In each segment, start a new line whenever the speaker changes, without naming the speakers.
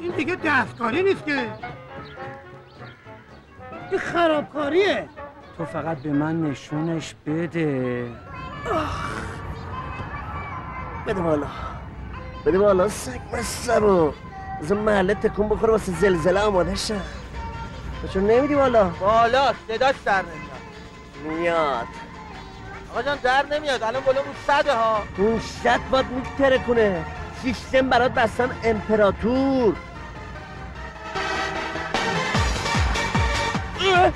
این دیگه دستکاری نیست که این خرابکاریه
تو فقط به من نشونش بده
بده بالا بده بالا سگ مستمو از اون محله تکون بخوره واسه زلزله آماده شم تو چون نمیدی بالا
بالا صداش در نمیاد
میاد
آقا جان در نمیاد الان بالا رو صده ها
اون شد باید میتره کنه سیستم برات بستن امپراتور
هی،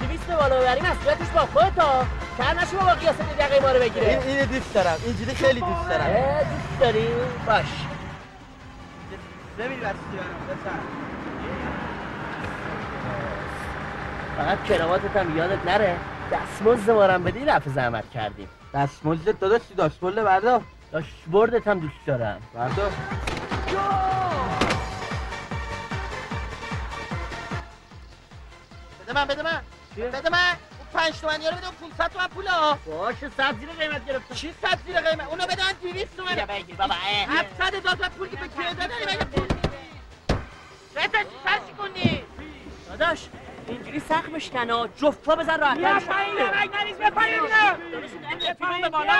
دویست بالا ببری مسئولیتش با خودتا کر نشه با قیاس دقیقه ما رو
این
بگیره
اینو دوست دارم اینجوری خیلی دوست دارم
اه، دوست داری؟ باش
نمیدی بس چی برام بسن.
فقط کراواتت هم یادت نره دستمزد مارم بدی رفع زحمت کردیم
دستمزد داداش چی بله داشتمزد بردا
داشبوردت هم دوست دارم
بردا
بده من بده من بده من اون پنج تومنی رو بده اون 500 تومن پوله ها
باش سبزی رو قیمت گرفت
چی صد زیر قیمت اونو بده من 200 تومن
بگیر بابا اه.
700 هزار تومن پول که به کیدا داری مگه پول بده خرج کنی
داداش اینجوری سخمش کنا جفتا بزن راحت
بیا پایین نمک نریز بیا پایین
پایین، بیا پایین.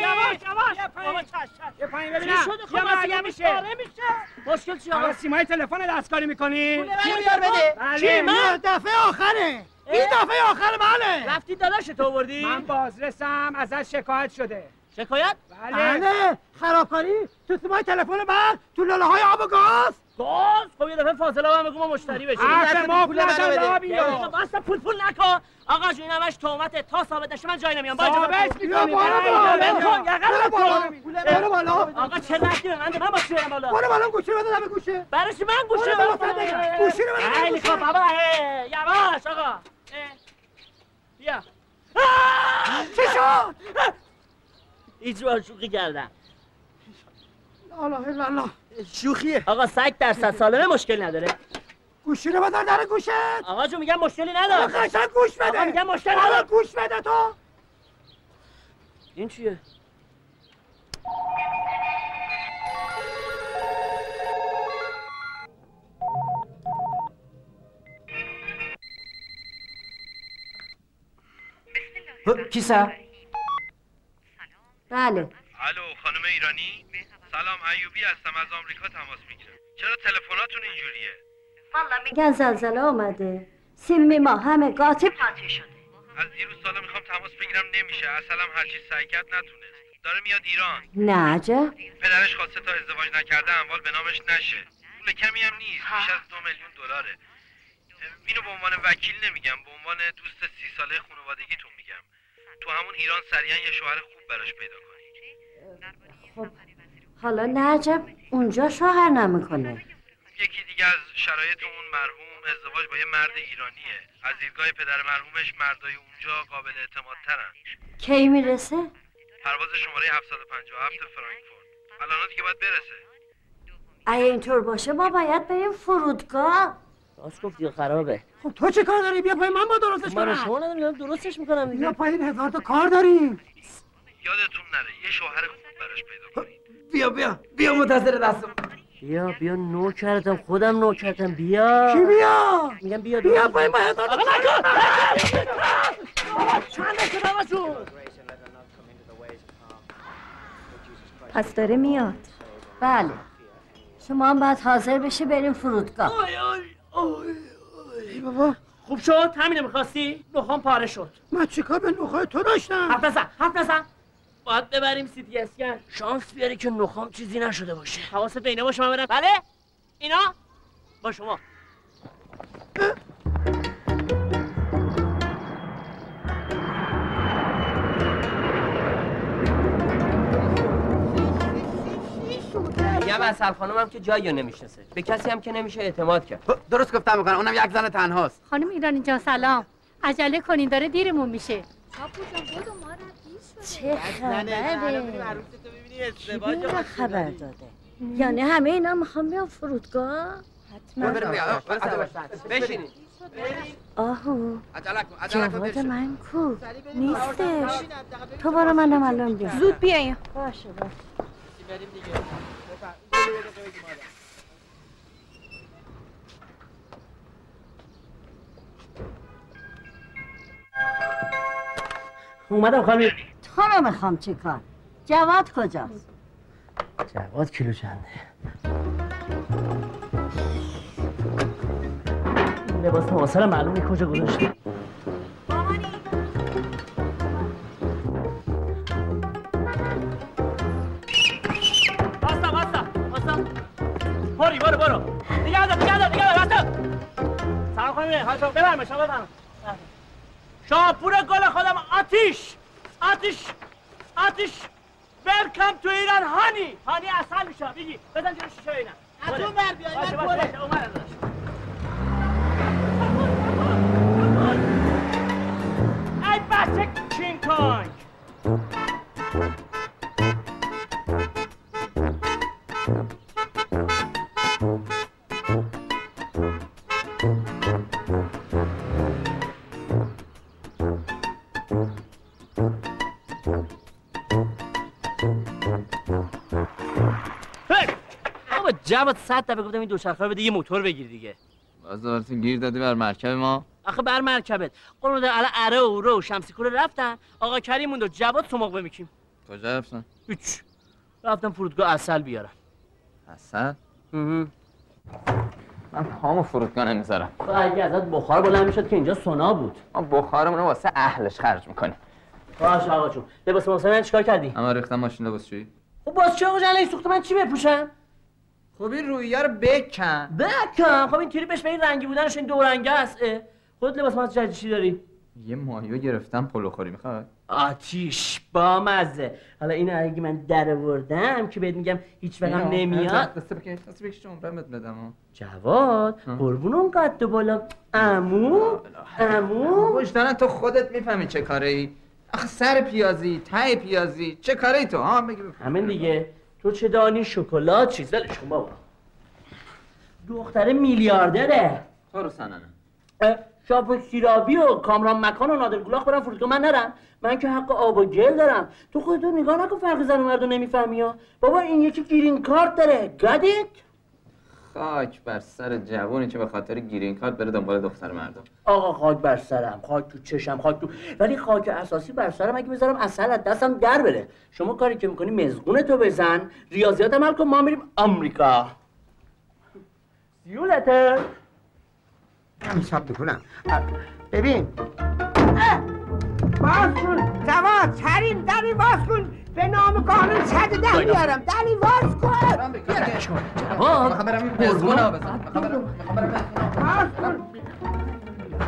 یواش یواش بابا چش
یه پایین
چی
ببینم
شده خب
یه مرگه
مسئله
میشه
میشه میشه
مشکل چیه
حالا
آقا
سیمای تلفن دستکاری میکنی؟
پول بیار بده
چی من؟ بله. دفعه آخره این دفعه آخر منه
رفتی داداش تو آوردی
من بازرسم ازش شکایت شده
شکایت
بله خرابکاری تو سیمای تلفن من تو لوله های آب و گاز
گاز خب یه دفعه فاضلا هم بگو ما مشتری بشیم
حرف ما
پول منو
نشد
بده.
آبی
آقا، اصلا پول پول نکن آقا جون همش تومته تا ثابت نشه من جای نمیام با اجازه
ثابت می‌کنی.
برو بالا،
برو
برو
بالا.
کن، یقه رو کن.
برو بالا
آقا چه رفتی به من ده، من با چی برم بالا
برو بالا گوشی رو بده دم گوشه
برای چی من گوشه
برو
آره،
بالا فردا. گوشی رو بده دم
خیلی
گوشه.
خب بابا اه، یواش آقا اه، بیا
چی شد؟
اجرا شوخی کردم
لا اله الا الله
شوخیه
آقا سگ درصد سالمه مشکل نداره
گوشی رو بذار در گوشت
آقا جون میگم مشکلی
آقا
نداره
قشنگ گوش بده
آقا میگم مشکل
آقا
نداره.
گوش بده تو
این چیه
کیسا
بله
الو خانم ایرانی سلام ایوبی هستم از آمریکا تماس میگیرم چرا تلفناتون اینجوریه
والا میگن زلزله آمده سیمی ما همه قاطی قاطی شده
از دیروز سالا میخوام تماس بگیرم نمیشه اصلا هرچی سعی کرد نتونست داره میاد ایران
نه عجب
پدرش خواسته تا ازدواج نکرده اموال به نامش نشه پول کمی هم نیست بیش از دو میلیون دلاره اینو به عنوان وکیل نمیگم به عنوان دوست سی ساله خانوادگیتون میگم تو همون ایران سریعا یه شوهر خوب براش پیدا کنید
خب، حالا نه عجب اونجا شوهر نمیکنه
یکی دیگه از شرایط اون مرحوم ازدواج با یه مرد ایرانیه از دیدگاه پدر مرحومش مردای اونجا قابل اعتماد ترن
کی میرسه
پرواز شماره 757 فرانکفورت الان دیگه باید برسه
اگه اینطور باشه ما باید بریم فرودگاه
راست گفتی خرابه
خب تو چه کار داری بیا پای من با درستش
من رو
کنم
شما ندارم دارم درستش میکنم دیگه
بیا پایین هزار تا کار داریم
یادتون نره یه شوهر خوب براش پیدا کنید
بیا بیا بیا منتظر دستم
بیا بیا نو کردم خودم نو کردم بیا
کی بیا
میگم بیا
بیا پایین با هزار تا کار
پس داره میاد بله شما هم باید حاضر بشی بریم فرودگاه
خوب شد همینه میخواستی نخوام پاره شد
من چیکار به نوخای تو داشتم
حرف نزن حرف نزن باید ببریم سیتی اسکن
شانس بیاری که نخام چیزی نشده باشه
حواست به اینا باشه من برم بله اینا با شما
میگم اصل خانمم که جایی رو نمیشناسه به کسی هم که نمیشه اعتماد کرد
خب، درست گفتم میکنم اونم یک زن تنهاست
خانم ایرانی جان سلام عجله کنین داره دیرمون میشه
چه خبره
تو میبینی
کی به این را خبر داده یعنی همه اینا میخوام بیام فرودگاه حتما
بله،
بشینید
آهو
عجله کن عجله کن
جواد
بشین.
من کو نیستش تو برو منم الان بیام
زود بیاین
باشه باشه
اومدم خانم
تو رو میخوام چیکار جواد کجاست
جواد کیلو چنده این لباس محاصر معلوم نیست کجا گذاشته
باستا باستا باستا پری برو برو دیگه دار دیگه دار دیگه دار باستا سلام خانم حال شما ببرم شما ببرم شاپور گل خودم آتیش آتیش آتیش برکم تو ایران هانی هانی اصل میشه بگی بزن جلو شیشه اینا
از اون ور بیای،
باشه،
من
باشه،
پره.
باشه، اون ور هم داشت. ای بچه کینگ کانگ بابا جواد صد دفعه گفتم این دوچرخه رو بده یه موتور بگیر دیگه
بازارتون گیر دادی بر مرکب ما
آخه بر مرکبت قول بده الان اره و اوره و شمسی کوره رفتن آقا کریم موند و جواد سماق میکیم
کجا رفتن
هیچ رفتم فرودگاه اصل بیارم
حسن
مهم.
من پامو فرودگاه نمیذارم
تو اگه ازت بخار بلند میشد که اینجا سونا بود
ما بخارمون رو واسه اهلش خرج میکنیم
باش آقا جون لباس محاصر چیکار کردی
اما ریختم ماشین لباسشویی
خب باز چه آقا جون الان سوخت من چی بپوشم
خب این رویا رو بکن
بکم خب این تریپش به این رنگی بودنش این دو رنگه است اه. خود لباس محاصر جدید چی داری
یه ماهیو گرفتم پلوخوری میخواد
آتیش با مزه حالا اینو اگه من درآوردم که بهت میگم هیچ وقت هم نمیاد
دسته بکن دسته بکش عمرمت بدم
جواد قربون اون قد و بالا امو امو
وجدانن تو خودت میفهمی چه کاره ای آخه سر پیازی ته پیازی چه کاره ای تو ها بگی بفهم.
همین دیگه تو چه دانی شکلات چیز ولش کن بابا دختره میلیاردره
تو رو سننه
اه، شاپ سیرابی و کامران مکان و نادر گلاخ برن فرودگاه من نرم من که حق آب و گل دارم تو خودتو نگاه نکن فرق زن و مردو نمیفهمی ها بابا این یکی گیرین کارت داره گدید
خاک بر سر جوونی که به خاطر گیرین کارت بره دنبال دختر مردم
آقا خاک بر سرم خاک تو چشم خاک تو ولی خاک اساسی بر سرم اگه بذارم اصل از دستم در بره شما کاری که میکنی مزگون تو بزن ریاضیات عمل کن ما میریم آمریکا سیولته
همین شب بکنم ببین باز کن جواد کریم دری باز کن به نام قانون صد در میارم دری باز کن
میخوام برم مزگونا بزن میخوام
خب،
برم میخوام برم مزگونا.
باز کن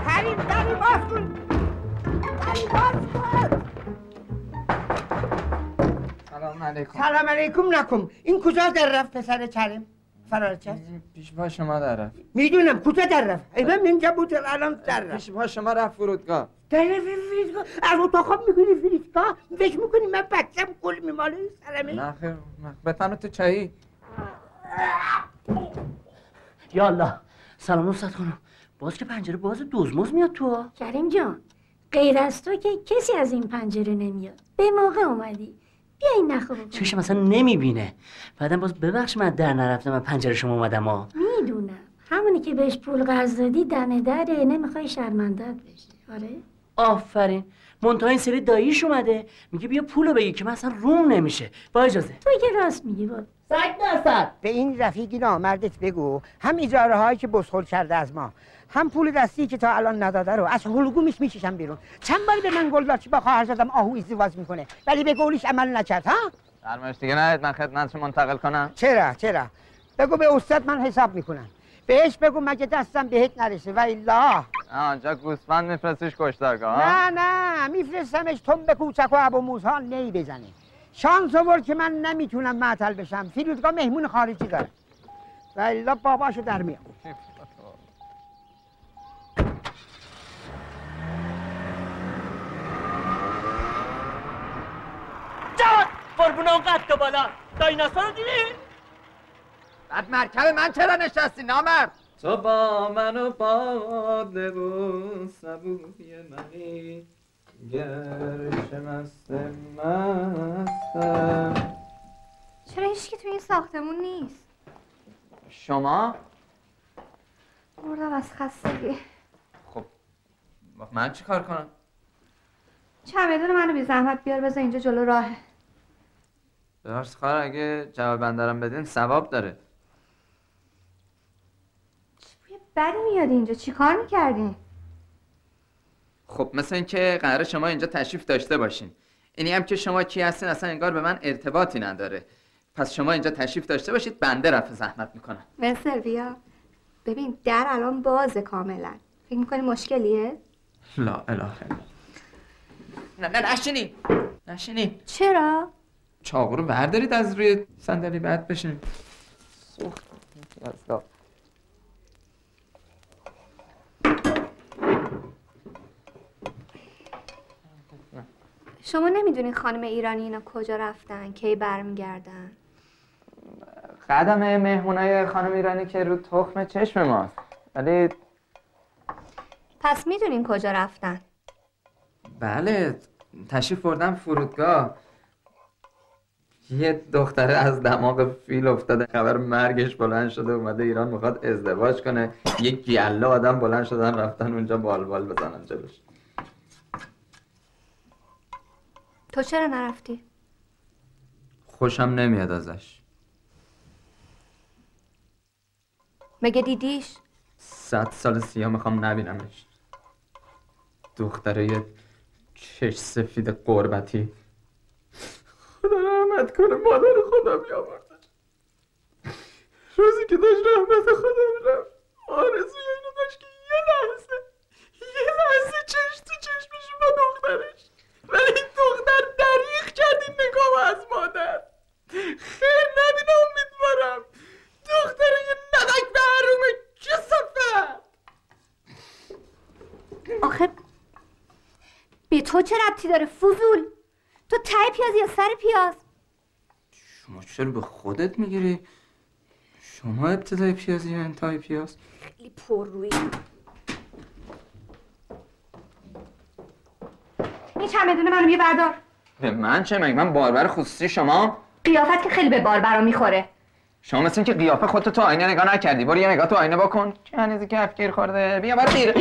کریم دری باز کن دری باز کن
سلام علیکم
سلام علیکم نکن این کجا در رفت پسر کریم فرارچه
پیش پا شما در رفت
میدونم کجا در رفت ای من اینجا بود الان در رفت
پیش پا شما رفت فرودگاه
در فریدگاه از اتاق خواب میکنی فریدگاه فکر میکنی من بچم گل میماله سرمه
نه خیر نه. به تن تو چایی
یا الله سلام نصرت خانم باز که پنجره باز دوزموز میاد تو
کریم جان غیر از تو که کسی از این پنجره نمیاد به موقع اومدی بیا این نخو بکن
چشم اصلا نمیبینه بعدم باز ببخش من در نرفتم من پنجره شما اومدم ها
میدونم همونی که بهش پول قرض دادی دم دره نمیخوای شرمندت بشه آره
آفرین منتها این سری داییش اومده میگه بیا پولو بگی که من اصلا روم نمیشه با اجازه
تو که راست میگی بود
سگ درصد
به این رفیق نامردت بگو هم اجاره هایی که بسخل کرده از ما هم پول دستی که تا الان نداده رو از حلقومش میشیشم بیرون چند باری به من گلداچی با خواهر زدم آهو ازدواج میکنه ولی به قولش عمل نکرد ها
فرمایش دیگه نه من خدمت شما منتقل کنم
چرا چرا بگو به استاد من حساب میکنم بهش بگو مگه دستم بهت نرسه و الا
آنجا گوسفند میفرستیش کشتارگاه
نه
ها؟
نه میفرستمش تن به کوچک و ابو موسا نی بزنه شانس آورد که من نمیتونم معطل بشم فرودگاه مهمون خارجی دارم و الا باباشو در میام
جواد قربون اون قد تو بالا دایناسور رو دیدی
بعد مرکب من چرا نشستی نامرد تو با من و باده و سبوی منی گرچه مست مستم
چرا هیچکی توی این ساختمون نیست
شما؟
مردم از خستگی
خب من چی کار کنم؟
چمدون منو بی زحمت بیار بذار اینجا جلو راهه
درست خواهر اگه جواب بندرم بدین ثواب داره
بدی میاد اینجا چیکار میکردی
خب مثل اینکه قرار شما اینجا تشریف داشته باشین اینی هم که شما کی هستین اصلا انگار به من ارتباطی نداره پس شما اینجا تشریف داشته باشید بنده رفع زحمت میکنم
مثل بیا ببین در الان بازه کاملا فکر میکنی مشکلیه
لا اله الا نه نه نشینی نشینی
چرا
چاقو رو بردارید از روی صندلی بعد بشین سوخت یزدا.
شما نمیدونین خانم ایرانی اینا کجا رفتن کی برمیگردن
قدم مهمونای خانم ایرانی که رو تخم چشم ماست ولی
پس میدونین کجا رفتن
بله تشریف بردم فرودگاه یه دختره از دماغ فیل افتاده خبر مرگش بلند شده اومده ایران میخواد ازدواج کنه یه گله آدم بلند شدن رفتن اونجا بالبال بزنن جلوش
تو چرا نرفتی
خوشم نمیاد ازش
مگه دیدیش
صد سال سیاه میخوام نبینمش دختره یه چش سفید قربتی
خدا رحمت کنه مادر خودم بیامرزه روزی که داشت رحمت خودم رفت آرزوی اینو داشت که یه لحظه یه لحظه چشم تو چشمش با دخترش ولی این دختر دریغ کرد این نگاه از مادر خیر نبینه امیدوارم دختر یه نقک به حروم کسافت
آخه
به تو چه ربطی داره فضول تو ته پیاز یا سر پیاز
شما چرا به خودت میگیری شما ابتدای پیازی یا انتهای پیاز
خیلی پر روی
این چمدون منو بیا بردار
به من چه مگه من باربر خصوصی شما
قیافت که خیلی به بار برا میخوره
شما مثل که قیافه خودتو تو آینه نگاه نکردی برو یه نگاه تو آینه بکن که هنوزی که افکیر خورده بیا برو دیر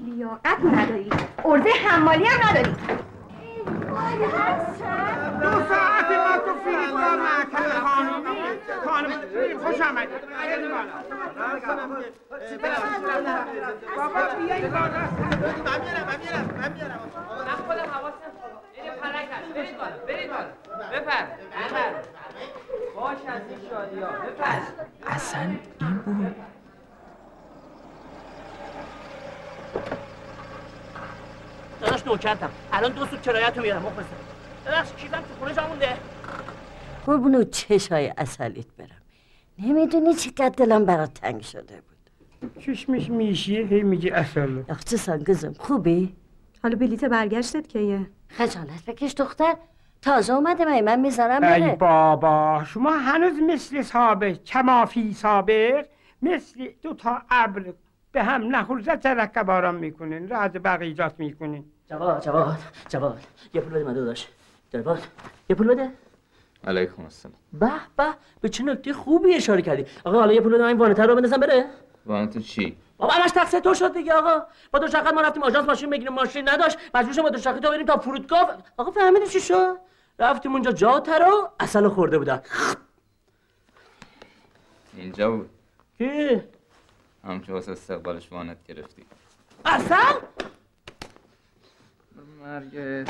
لیاقت نداری عرضه حمالی هم نداری
دو ساعت ما تو فرودگاه معطل خانومی خانم خوش آمدید بابا بیایید بالا
من میرم من میرم من میرم
خودم حواسم برید پلک هست برید بالا برید بالا بپر بپر باش از این شادی ها بپر
اصلا این بود
داداش نوکرتم الان دو سوت کرایتو میارم مخلصم داداش کیفم تو خونه جا مونده
قربون چشای اصلیت برم نمیدونی چقدر دلم برات تنگ شده بود
چشمش میشیه هی میگه اصلا
اختصان گزم خوبی؟
حالا بلیت برگشتت کیه
خجالت بکش دختر تازه اومده من من میذارم
ای
بره
بابا شما هنوز مثل سابق کمافی سابق مثل دو تا ابر به هم نخورده ترکه باران میکنین راز بقیجات میکنین
جواد جواد جواد یه پول بده من داداش جواد یه پول بده
علیکم السلام
به به به چه نکته خوبی اشاره کردی آقا حالا یه پول بده من این وانتر رو بندازم بره
تو چی؟
بابا همش تقصیر تو شد دیگه آقا با دوچرخه ما رفتیم آژانس ماشین بگیریم ماشین نداشت مجبور شدیم با دوچرخه تو بریم تا فرودگاه آقا فهمیدی چی شد رفتیم اونجا جا ترا اصلا خورده بودن
اینجا بود
کی
هم که واسه استقبالش وانت گرفتی
اصل
مرگت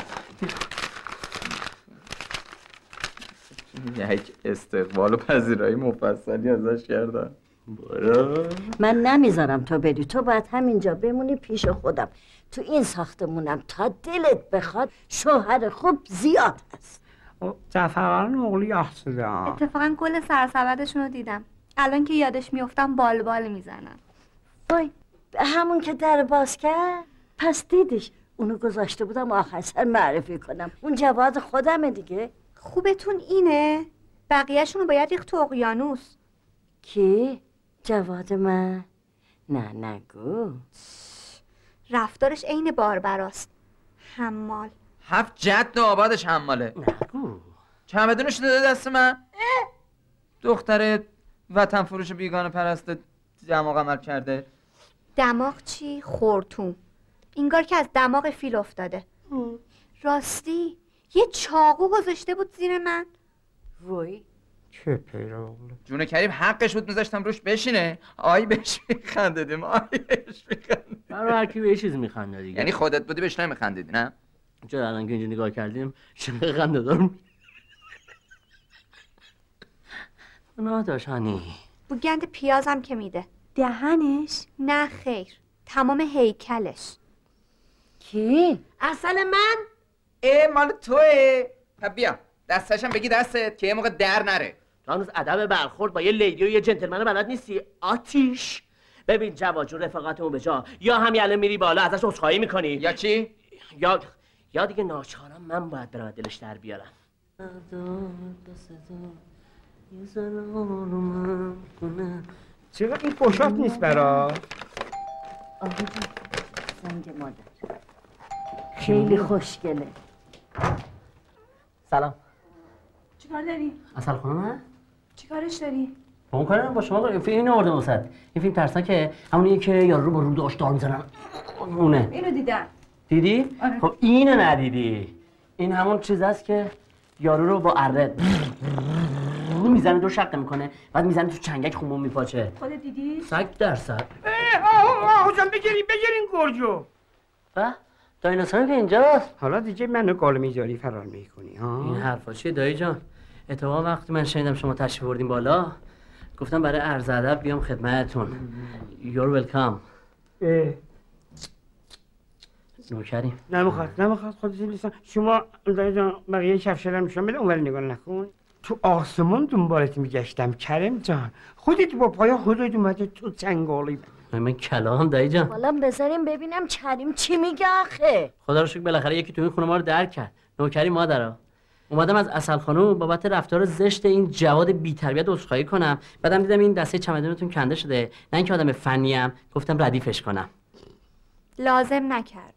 یک استقبال و پذیرایی مفصلی ازش کردن برو
من نمیذارم تو بری تو باید همینجا بمونی پیش خودم تو این ساختمونم تا دلت بخواد شوهر خوب زیاد هست
زفران اغلی احسده
اتفاقا گل سرسبدشون رو دیدم الان که یادش میفتم بال بال میزنم
وای همون که در باز کرد پس دیدیش اونو گذاشته بودم آخر سر معرفی کنم اون جواد خودمه دیگه
خوبتون اینه بقیهشون رو باید ریخت تو اقیانوس
کی؟ جواد من؟ نه نگو
رفتارش عین باربراست حمال
هفت جد و آبادش حماله
نگو
چمدونش داده دست من دختر وطن فروش بیگانه پرست دماغ عمل کرده
دماغ چی؟ خورتون
انگار که از دماغ فیل افتاده راستی یه چاقو گذاشته بود زیر من
روی
چه پیرامونه
جون کریم حقش بود میذاشتم روش بشینه آی بهش میخندیدیم آی بهش میخندیدیم
برای هر کی به یه چیز میخنده دیگه
یعنی خودت بودی بهش نمیخندیدی نه
چرا الان که اینجا نگاه کردیم چه خنده دارم نه داشت هنی
بوگند پیازم که میده
دهنش
نه خیر تمام هیکلش
کی؟
اصل من
ای مال توه خب بیا دستشم بگی دستت که یه موقع در نره
تو هنوز ادب برخورد با یه لیدی و یه جنتلمن رو بلد نیستی آتیش ببین جواد جون رفاقتمون به جا یا همین الان میری بالا ازش عذرخواهی میکنی یا
چی
یا یا دیگه ناچارم من باید برم از دلش در بیارم
چرا این پشت نیست برا
زنگ مادر خیلی خوشگله
سلام
چیکار داری؟
اصل خانم
چیکارش داری؟
با اون کارم با شما این فیلم اینو آورده وسط این فیلم ترسناکه همونیه که یارو رو با رود آشتار میزنن اونه
اینو دیدم
دیدی؟
آره.
خب اینو ندیدی این همون چیز است که یارو رو با اره میزنه دو شق میکنه بعد میزنه تو چنگک خون میپاچه
خودت دیدی؟
صد درصد
آهو آهو جان بگیرین بگیرین گرجو
و دایناسور که اینجاست
حالا دیگه منو گال میذاری فرار میکنی ها
این حرفا چیه دایی جان اتفاقا وقتی من شنیدم شما تشریف بردیم بالا گفتم برای عرض ادب بیام خدمتتون یور ولکام
اه،
نوکریم
نمیخواد نمیخواد خودت نیستم شما دایی جان بقیه کفشلم نشون بده بله، اونور نگاه نکن تو آسمان دنبالت میگشتم کرم جان خودت با پای خودت اومده تو چنگالی
من-
من
من کلام دایی جان
حالا بذاریم ببینم کریم چی میگه آخه
خدا رو شکر بالاخره یکی تو این خونه ما رو درک کرد نوکری مادرا اومدم از اصل خانم بابت رفتار زشت این جواد بی تربیت عذرخواهی کنم بعدم دیدم این دسته چمدونتون کنده شده نه اینکه آدم فنی ام گفتم ردیفش کنم
لازم نکرد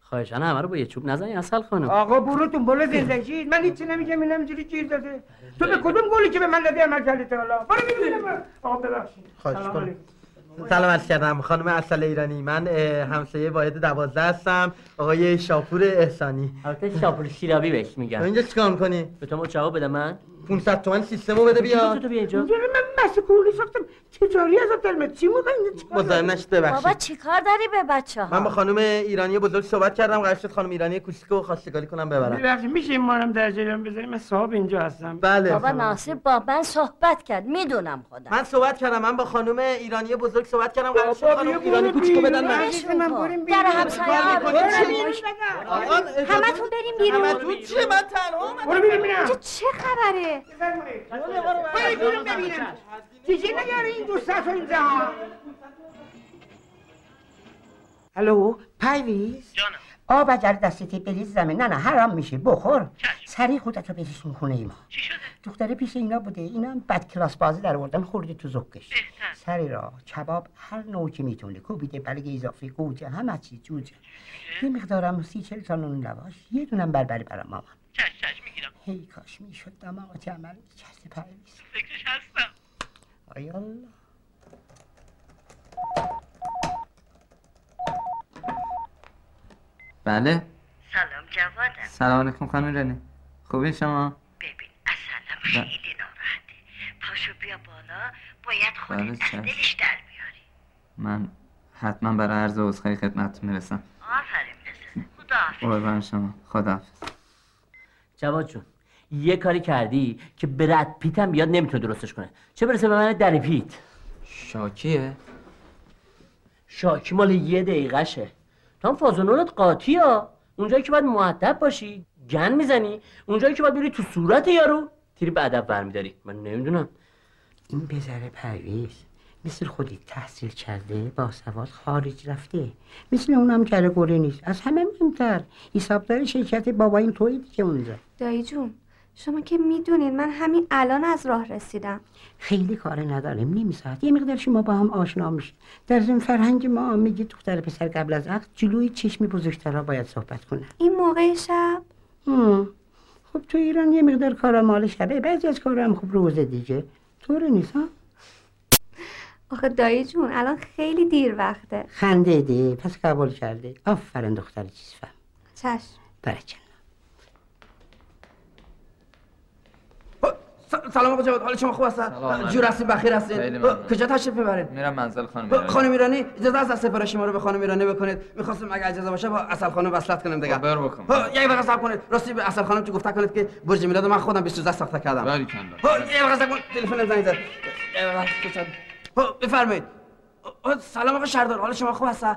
خواهشانه همه رو با یه چوب نزنی اصل خانم
آقا برو دنبال زندگی من هیچی نمیگم این همینجوری گیر داده تو به کدوم گلی که به من دادی عمل کردی تا حالا برو ببینم آقا ببخشید
خواهش
سلام
کنم.
علیکم.
سلام عرض کردم خانم اصل ایرانی من اه، همسایه واحد دوازده هستم آقای شاپور احسانی
البته شاپور شیرابی بهش میگم
اینجا چیکار میکنی؟
به تو ما جواب بده من
500 تومن سیستمو بده بیا
تو بیا اینجا
اینجا من مسئولی ساختم تجاری از دلمه چی موقع اینجا چیکار
مزاحم نشید ببخشید
بابا چیکار داری به بچه ها
من با خانم ایرانی بزرگ صحبت کردم قرار شد خانم ایرانی کوچیکو خواستگاری کنم ببرم
ببخشید میشه این مارم در جریان بذاریم من صاحب اینجا هستم
بله
بابا ناصر با من صحبت کرد میدونم خودم
من صحبت کردم من با خانم ایرانی بزرگ صحبت کردم قرار شد خانم ایرانی
برو
کوچیکو بدن من
بیرون. من
در
بریم بیرون.
همسایه ها
برو
بریم.
بیرون.
آقا، همتون بریم بیرون
همتون چیه من تنها
برو بیرون ببینم
اینجا چه خبره؟
برو بیرون ببینم دیگه نگاره این دو ساعت اینجا الو پایویز
جانم
آب اگر دستت بریز زمین نه نه حرام میشه بخور سریع خودتو بریزشون خونه ای ما
چی شده؟
دختره پیش اینا بوده اینا هم بد کلاس بازی در آوردن خورده تو زکش سری را کباب هر نوع که میتونه کوبیده بلگ اضافه گوجه همه چی جوجه یه مقدارم سی چل تا نون لواش یه دونم بربری برام مامان هی کاش میشد دماغت عمل میکرد پرویز
فکرش هستم
آیا الله
بله
سلام جوادم
سلام علیکم خانم رنی خوبی شما بله.
ببین اصلا خیلی ناراحته پاشو بیا بالا باید
بله،
خودت
چشم.
از دلش در بیاری
من حتما برای عرض عذرخواهی خدمتتون میرسم
آفرین بزن خداحافظ
قربان شما خدا
جواد جون یه کاری کردی که برد پیتم بیاد نمیتونه درستش کنه چه برسه به من در پیت
شاکیه
شاکی مال یه دقیقهشه تو هم فازونولت قاطی ها اونجایی که باید معدب باشی گن میزنی اونجایی که باید بری تو صورت یارو تیری به ادب برمیداری من نمیدونم
این بذره پرویز مثل خودی تحصیل کرده با سواد خارج رفته مثل اونم کره گوره نیست از همه مهمتر حسابدار شرکت بابا این توی دیگه اونجا
دایی جون شما که میدونین من همین الان از راه رسیدم
خیلی کار نداریم نیم ساعت یه مقدار شما با هم آشنا میشید در ضمن فرهنگ ما میگه دختر پسر قبل از عقد جلوی چشم بزرگترها باید صحبت کنن
این موقع شب
هم. خب تو ایران یه مقدار کارا مال شبه بعضی از کارا هم خب روز دیگه طور نیست ها
آخه دایی جون الان خیلی دیر وقته
خنده دی پس قبول کرده آفرین دختر چیز فهم
چشم
برای جناب.
س- سلام آقا جواد حال شما خوب
سلام.
هستن جور هستین بخیر
خیلی
هستین
ممنون.
اه، کجا تشریف ببرید
میرم منزل خانم
اه، خانم ایرانی اجازه هست از سفارش ما رو به خانم ایرانی بکنید میخواستم اگه اجازه باشه با اصل خانم وصلت کنم دیگه
خب، بر بکن
اه، یک دقیقه صبر کنید راستی به اصل خانم تو گفته کنید که برج میلاد من خودم 22 ساخته کردم
باری کنلا
اه، یک دقیقه صبر کن تلفنم زنگ زد اه، یک دقیقه تو چند- اه، بفرمایید اه، اه، سلام آقا شهردار حال شما خوب هست اه،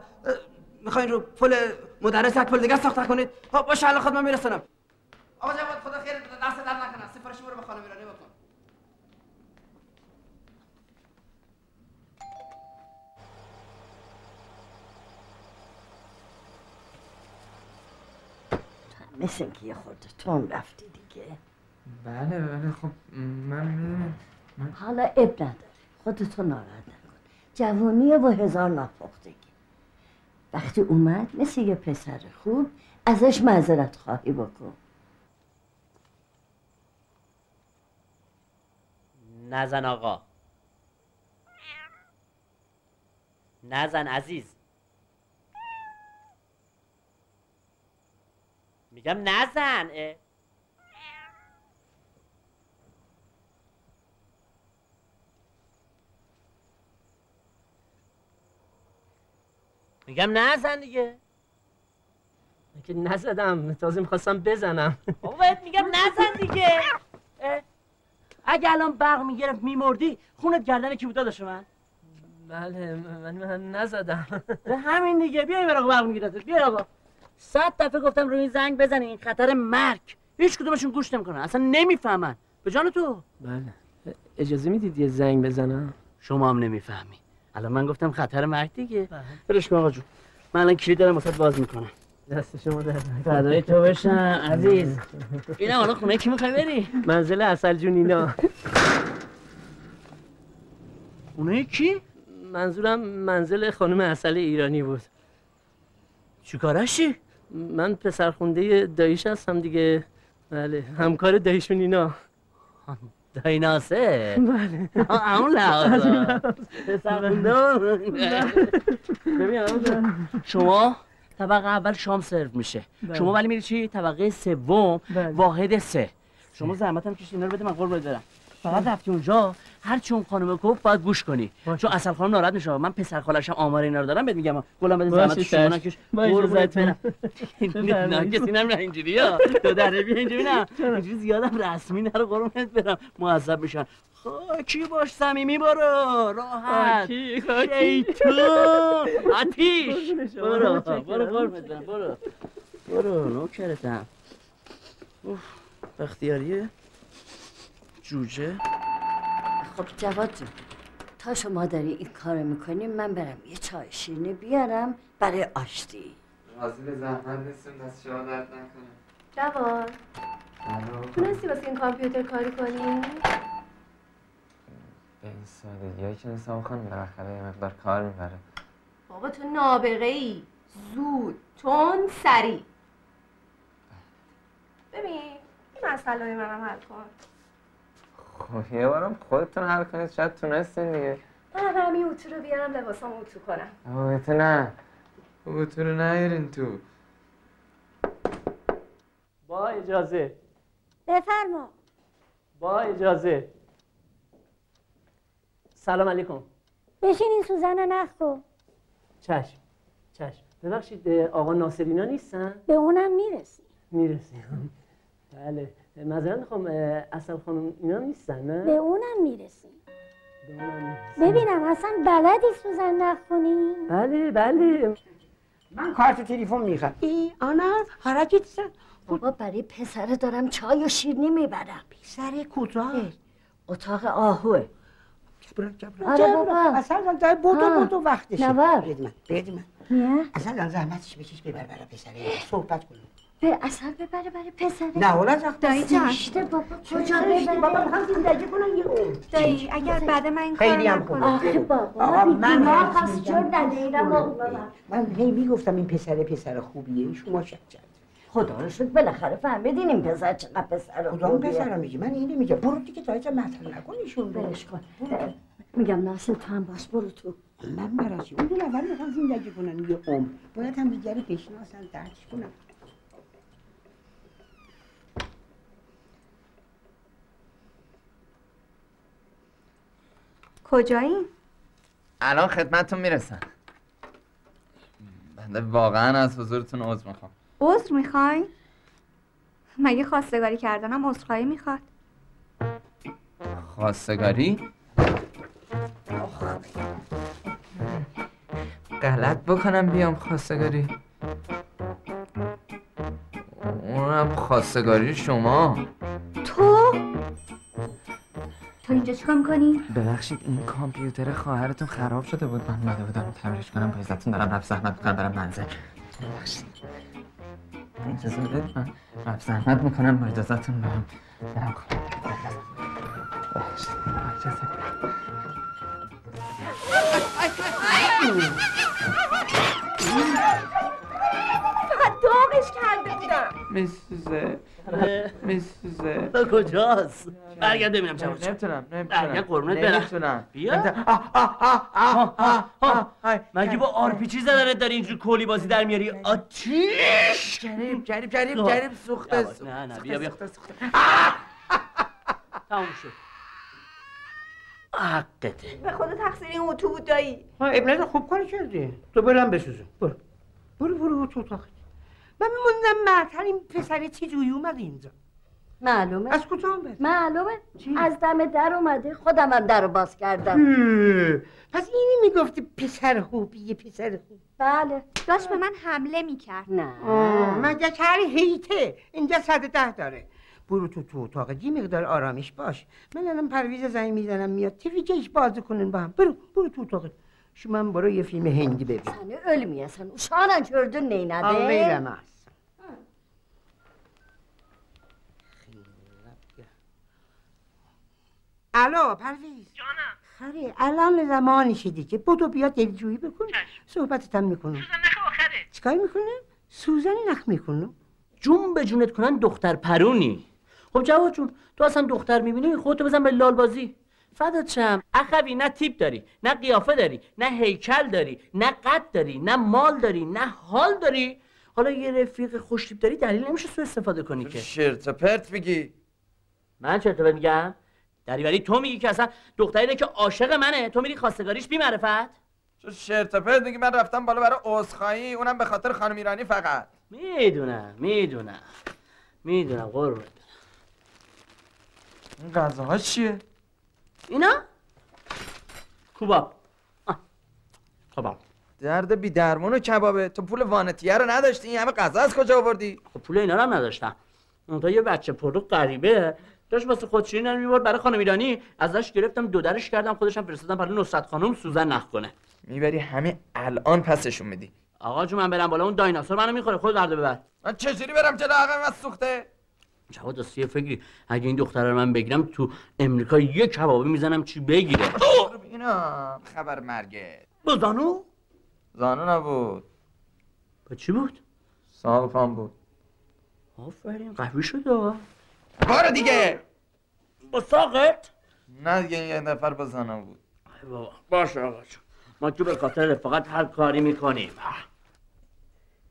میخواین رو پل مدرس یک پل دیگه ساخته کنید اه، باشه الان خود من میرسونم آقا جواد خدا خیر دست در نکنه سفارش ما رو به خانم ایرانی بکن
مثل اینکه یه خورده تون رفتی دیگه
بله بله خب من میدونم
حالا اب نداره خودتو ناراحت نکن جوونیه و هزار ناپختگی وقتی اومد مثل یه پسر خوب ازش معذرت خواهی بکن
نزن آقا نزن عزیز میگم نزن اه. میگم نزن دیگه
که نزدم تازه میخواستم بزنم
بابا بهت میگم نزن دیگه اه.
اگه الان برق میگرفت میمردی خونت گردن کی بود داداش من
بله من من نزدم
به همین دیگه بیاین برای برق میگیرتت بیا آقا صد دفعه گفتم روی این زنگ بزنین این خطر مرگ هیچ کدومشون گوش نمیکنن اصلا نمیفهمن به جان تو
بله اجازه میدید یه زنگ بزنم
شما هم نمیفهمی الان من گفتم خطر مرگ دیگه
بله.
برش کن آقا جون من الان کلید دارم واسات باز میکنم
دست شما در
فدای تو بشم عزیز اینا حالا خونه کی میخوای بری
منزل اصل جون اینا
خونه کی
منظورم منزل خانم اصل ایرانی بود
چیکارشی
من پسرخونده داییش هستم دیگه بله همکار داییشون اینا
دایی ناسه
بله
آه، اون لحاظ شما طبقه اول شام سرو میشه
بله.
شما ولی میری چی طبقه سوم واحد سه شما زحمت هم کشید اینا رو بده من قول بهت بدم
بله.
فقط رفتی اونجا هر چی اون خانم گفت باید گوش کنی چون اصل خانم ناراحت میشه من پسر خالشم آمار اینا رو دارم بهت میگم گلم بده
باشه،
زحمت شما
چشم.
نکش
با اجازهتون.
برم نه نه، کسی نمیره اینجوری ها دو دره بیا اینجوری نه اینجوری زیادم رسمی نرو قربونت برم معذب میشن خب. خاکی باش صمیمی برو راحت
خاکی، خاکی.
شیطون آتیش
قربون شما،
برو
متشکرم،
برو قربونت برم برو برو نوکرتم اوف بختیاریه جوجه
خب جواد جون تا شما داری این کار میکنی من برم یه چای شیرینی بیارم برای آشتی
راضی به زحمت نیستیم دست شما درد نکنه
جواد تونستی واسه این کامپیوتر کاری کنی؟
به این سادگی که حساب خانم بالاخره یه مقدار کار میبره
بابا تو نابغه ای زود تون سری ببین این مسئله منم حل کن
خب یه بارم خودتون حل کنید شاید تونستین دیگه
من برم این اتو رو بیارم لباسام اتو کنم
بابا تو نه بابا تو رو نیارین تو
با اجازه
بفرما
با اجازه سلام علیکم
بشین این سوزن رو نخ کن
چشم چشم ببخشید اه، eh, آقا ناصرینا نیستن
به اونم میرسی
میرسیم بله معذرت میخوام اصل خانم اینا نیستن نه
به اونم میرسی
به اونم نیستن.
ببینم اصلا بلدی سوزن نخ کنی
بله بله
من کارت تلفن میخوام
ای آنر حرکت زد بابا برای پسره دارم چای و شیرینی میبرم پسر کجا؟ اتاق آهوه آره
جبران،
بابا
اصلا دای بودو
ها.
بودو وقتشه
نوار.
برید من برید من
نه
اصلا زحمتش بکش ببر برای پسره صحبت کنیم
به اصل ببره برای پسره
نه، حالا زخم
دایی جان.
زشته بابا
کجا
کجا ببره
ببری؟ بابا،
هم زندگی کنن یه عمر
دایی اگر بعد من این کار
خیلی هم خوبه
نکنم
آقا من
بیمار
هرچی
هست،
میگم
جور نداره، اینم
من هی میگفتم این پسر پسر خوبیه این شما شک کرد
خدا رو شد بالاخره فهمیدین این پسر چقدر پسر
کدام پسر میگی من اینو میگم برو دیگه تا اینجا مطرح نکن ایشون رو
ولش کن میگم ناصر تو هم باش برو تو
من برای چی؟ اون دو نفر میخوان زندگی کنن یه عمر باید هم دیگه رو بشناسن درکش کنن
کجایی؟
الان خدمتتون میرسم بنده واقعا از حضورتون عذر میخوام
عذر میخوای؟ مگه خواستگاری کردنم عذرخواهی میخواد
خواستگاری غلط بکنم بیام خواستگاری اونم خواستگاری شما
تو؟ تو اینجا چیکار میکنی؟
ببخشید این کامپیوتر خواهرتون خراب شده بود من اومده بودم تعمیرش کنم با عزتون دارم رفت زحمت میکنم برم منزل ببخشید اجازه بدید من رفت زحمت میکنم با اجازتون برم برم خونه. ببخشید اجازه بدید.
فقط داغش کرده بودم
میسوزه میسوزه
تا کجاست برگرد ببینم چه باشه.
نمیتونم
برگرد قربونت برم.
نمیتونم
بیا مگه با آرپیچی زدنت داری اینجور کلی بازی در میاری آتیش
جریب جریب جریب جریب سوخته
یواش، نه نه بیا بیا تموم شد حقته
به خود تقصیر این اتو بود دایی
ها اب نداره، خوب کار کردی تو برم بسوزون برو برو برو تو اتاق من میموندم معطل این پسر چه جویی اومد اینجا
معلومه
از کجا آمد
معلومه از دم در اومده خودم هم در رو باز کردم
اه، پس اینی میگفتی پسر خوبیه پسر خوب
بله
داشت به من حمله میکرد
آه، مگه کار هیته اینجا صد ده داره برو تو تو اتاق یه مقدار آرامش باش من الان پرویز زنگ میزنم میاد تیوی جیش بازی کنن با هم برو برو تو اتاقت شما هم برو یه فیلم هندی ببین
Hani ölmüyorsan uşağına gördün neyine
Anlayıram ha. الو پرویز
جانم
خری الان زمانشه دیگه بودو بیا دلجویی بکن صحبتتم میکنم
نخ آخره
چیکار میکنه؟ سوزن نخ میکنم
جون به جونت کنن دختر پرونی خب جواد جون تو اصلا دختر میبینی خودتو بزن به لال بازی فدات شم اخوی نه تیپ داری نه قیافه داری نه هیکل داری نه قد داری نه مال داری نه حال داری حالا یه رفیق خوش تیپ داری دلیل نمیشه سو استفاده کنی که
شرت و پرت میگی
من چرت و پرت میگم دریوری تو میگی که اصلا دختری که عاشق منه تو میری خواستگاریش بی معرفت
تو شرت و پرت میگی من رفتم بالا برای عذرخواهی اونم به خاطر خانم ایرانی فقط
میدونم میدونم میدونم قربونت
این غذاها چیه
اینا کوباب کوباب
درد بی درمون و کبابه تو پول وانتیه رو نداشتی این همه غذا از کجا آوردی
خب پول اینا رو هم نداشتم اونجا یه بچه پرو غریبه داشت واسه خودشیرین رو میبرد برای خانم ایرانی ازش گرفتم دو درش کردم خودشم فرستادم برای نصرت خانم سوزن نخ کنه
میبری همه الان پسشون میدی
آقا جون من برم بالا اون دایناسور منو میخوره خود درد ببر
من چجوری برم جلو عقب از سوخته
جواد آسیه فکری اگه این دختر رو من بگیرم تو امریکا یه کبابی میزنم چی بگیره
اینا خبر مرگه
با زانو
زانو نبود
با چی بود
سالفان بود
آفرین قوی شد آقا
بارو دیگه
با ساقت
نه دیگه یه نفر با زانو بود
ای بابا باشه آقا جون ما تو به خاطر رفاقت هر کاری میکنیم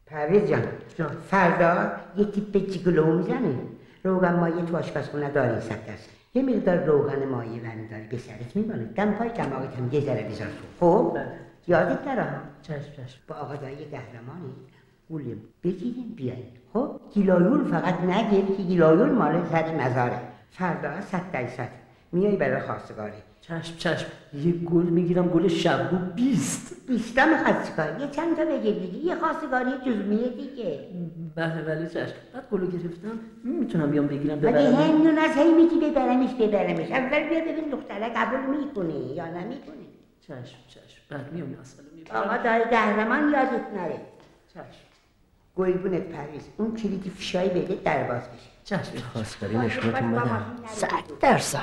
پرویز جان فردا یه تیپ جیگلو میزنه روغن مایه تو آشپزخونه داری صد درصد یه مقدار روغن مایه برمیداری به سرت میبانه دم پای دماغت هم یه ذره بذار تو خب
بله.
یادت نره ها. با آقادایی قهرمانی گوله بگیریم بیایید خب گیلایون فقط نگیر که گیلایون مال سر مزاره فردا صد درصد میای برای خواستگاری
چشم چشم یه گل میگیرم گل شبو بیست
بیستم خواستگاری یه چند تا بگیر دیگه یه خواستگاری جزمیه دیگه
بله بله چشم بعد گلو گرفتم میتونم بیام بگیرم
مگه هندون از هی میگی ببرمش ببرمش اول بیا ببین دختره قبول میکنی یا نمیکنی
چشم چشم بعد میام اصلا
آقا دای قهرمان یادت نره گلبونت پریز اون کلیدی فشای بده در باز بشه
چشم خواستگاری نشونتون بدم
صد درصد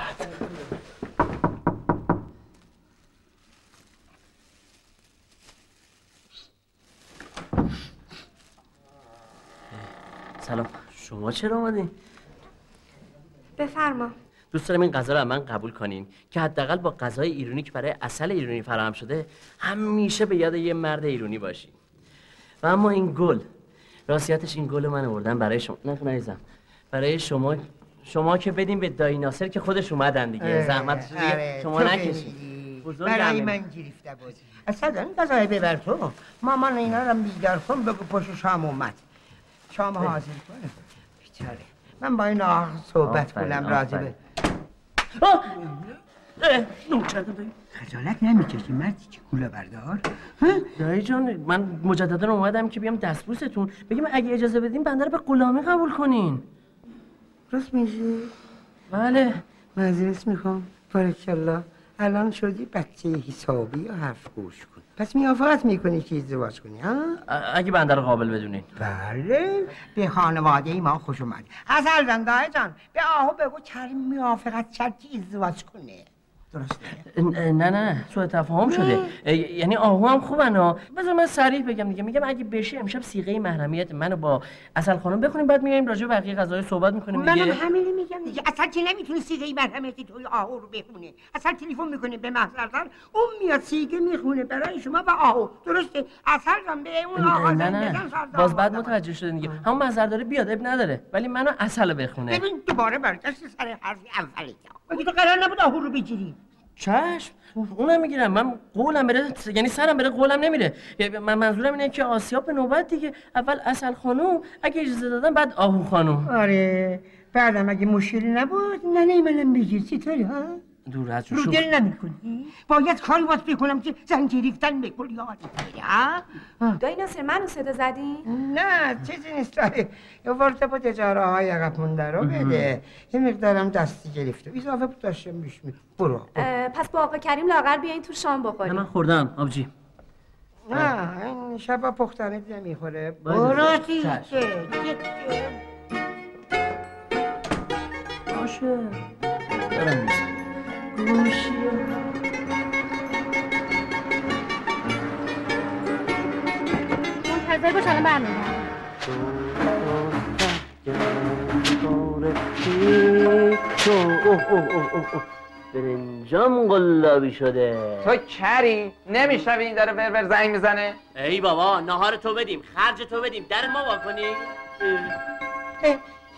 سلام شما چرا آمدین
بفرما
دوست دارم این غذا رو از من قبول کنین که حداقل با غذای ایرانی که برای اصل ایرانی فراهم شده همیشه به یاد یه مرد ایرانی باشین و اما این گل راستیتش این گل رو من آوردم برای شما نه نه عزیزم. برای شما شما که بدین به دایناسر که خودش اومدن دیگه
آره،
زحمت دیگه
آره،
شما
تو
نکشین بزرگم
برای
این.
من گریفته بازی اصلا این غذای ببر تو مامان اینا رو بیدار کن بگو پشت شام اومد شام حاضر کنه بیچاره من با این آخ صحبت
آفرین،
کنم راضی
آفرین.
به
نوکرم
خجالت نمیکشی مردی که کوله بردار
دایی جان من مجددا اومدم که بیام دستبوستون بگیم اگه اجازه بدین بنده رو به غلامی قبول کنین
راست میگی
بله
معذرت میخوام بارکالله الان شدی بچه حسابی یا حرف گوش کن پس میافقت میکنی که ازدواج کنی ها
اگه بنده رو قابل بدونین
بله به خانواده ای ما خوش اومد از الوندای جان به آهو بگو کریم میافقت کرد که ازدواج کنه درسته
نه نه نه سوء تفاهم شده اه، یعنی آهو هم خوبن ها بذار من صریح بگم دیگه میگم اگه بشه امشب سیغه محرمیت منو با اصل خانم بخونیم بعد میایم راجع به بقیه قضايا صحبت میکنیم
منم
دیگه
همینه میگم دیگه اصلا که نمیتونی سیگه مرحمتی توی آهو رو بخونه اصلا تلفن میکنه به محضر اون میاد سیگه میخونه برای شما و آهو درسته اصلا جان به اون آقا
نه نه
زنگ بزن
نه
سر
باز
دعوا
بعد متوجه شده دیگه همون مزر داره بیاد اب نداره ولی منو اصل بخونه
ببین دوباره برگشت سر حرف اولی مگه تو قرار نبود آهو رو بگیری
چشم اونم میگیرم من قولم بره یعنی سرم بره قولم نمیره یعنی من منظورم اینه که آسیاب به نوبت دیگه اول اصل خانم اگه اجازه دادن بعد آهو خانم
آره بعدم اگه مشکلی نبود نه نمیلم بگیر چطوری ها
دور از
رو
شوخی.
دل نمیکنی باید کاری باز بکنم که زن گریفتن به کل یاد بگیری، ها
دایی ناصر منو صدا زدی؟
نه چیزی نیست داری یه ورده با تجاره های عقب مونده رو بده یه مقدارم دستی گرفته اضافه بود داشتم بیش می برو
اه، پس با آقا کریم لاغر بیاین تو شام بخوریم
خوردم آبجی
نه این شب پختنت نمیخوره
باشه.
برو
چشم.
تیشه
باشه دارم گوشی
منتظر باش الان برمیگردم
برنجام قلابی شده
تو کری نمیشنوی این داره بربر زنگ میزنه
ای بابا نهار تو بدیم خرج تو بدیم در ما واکنی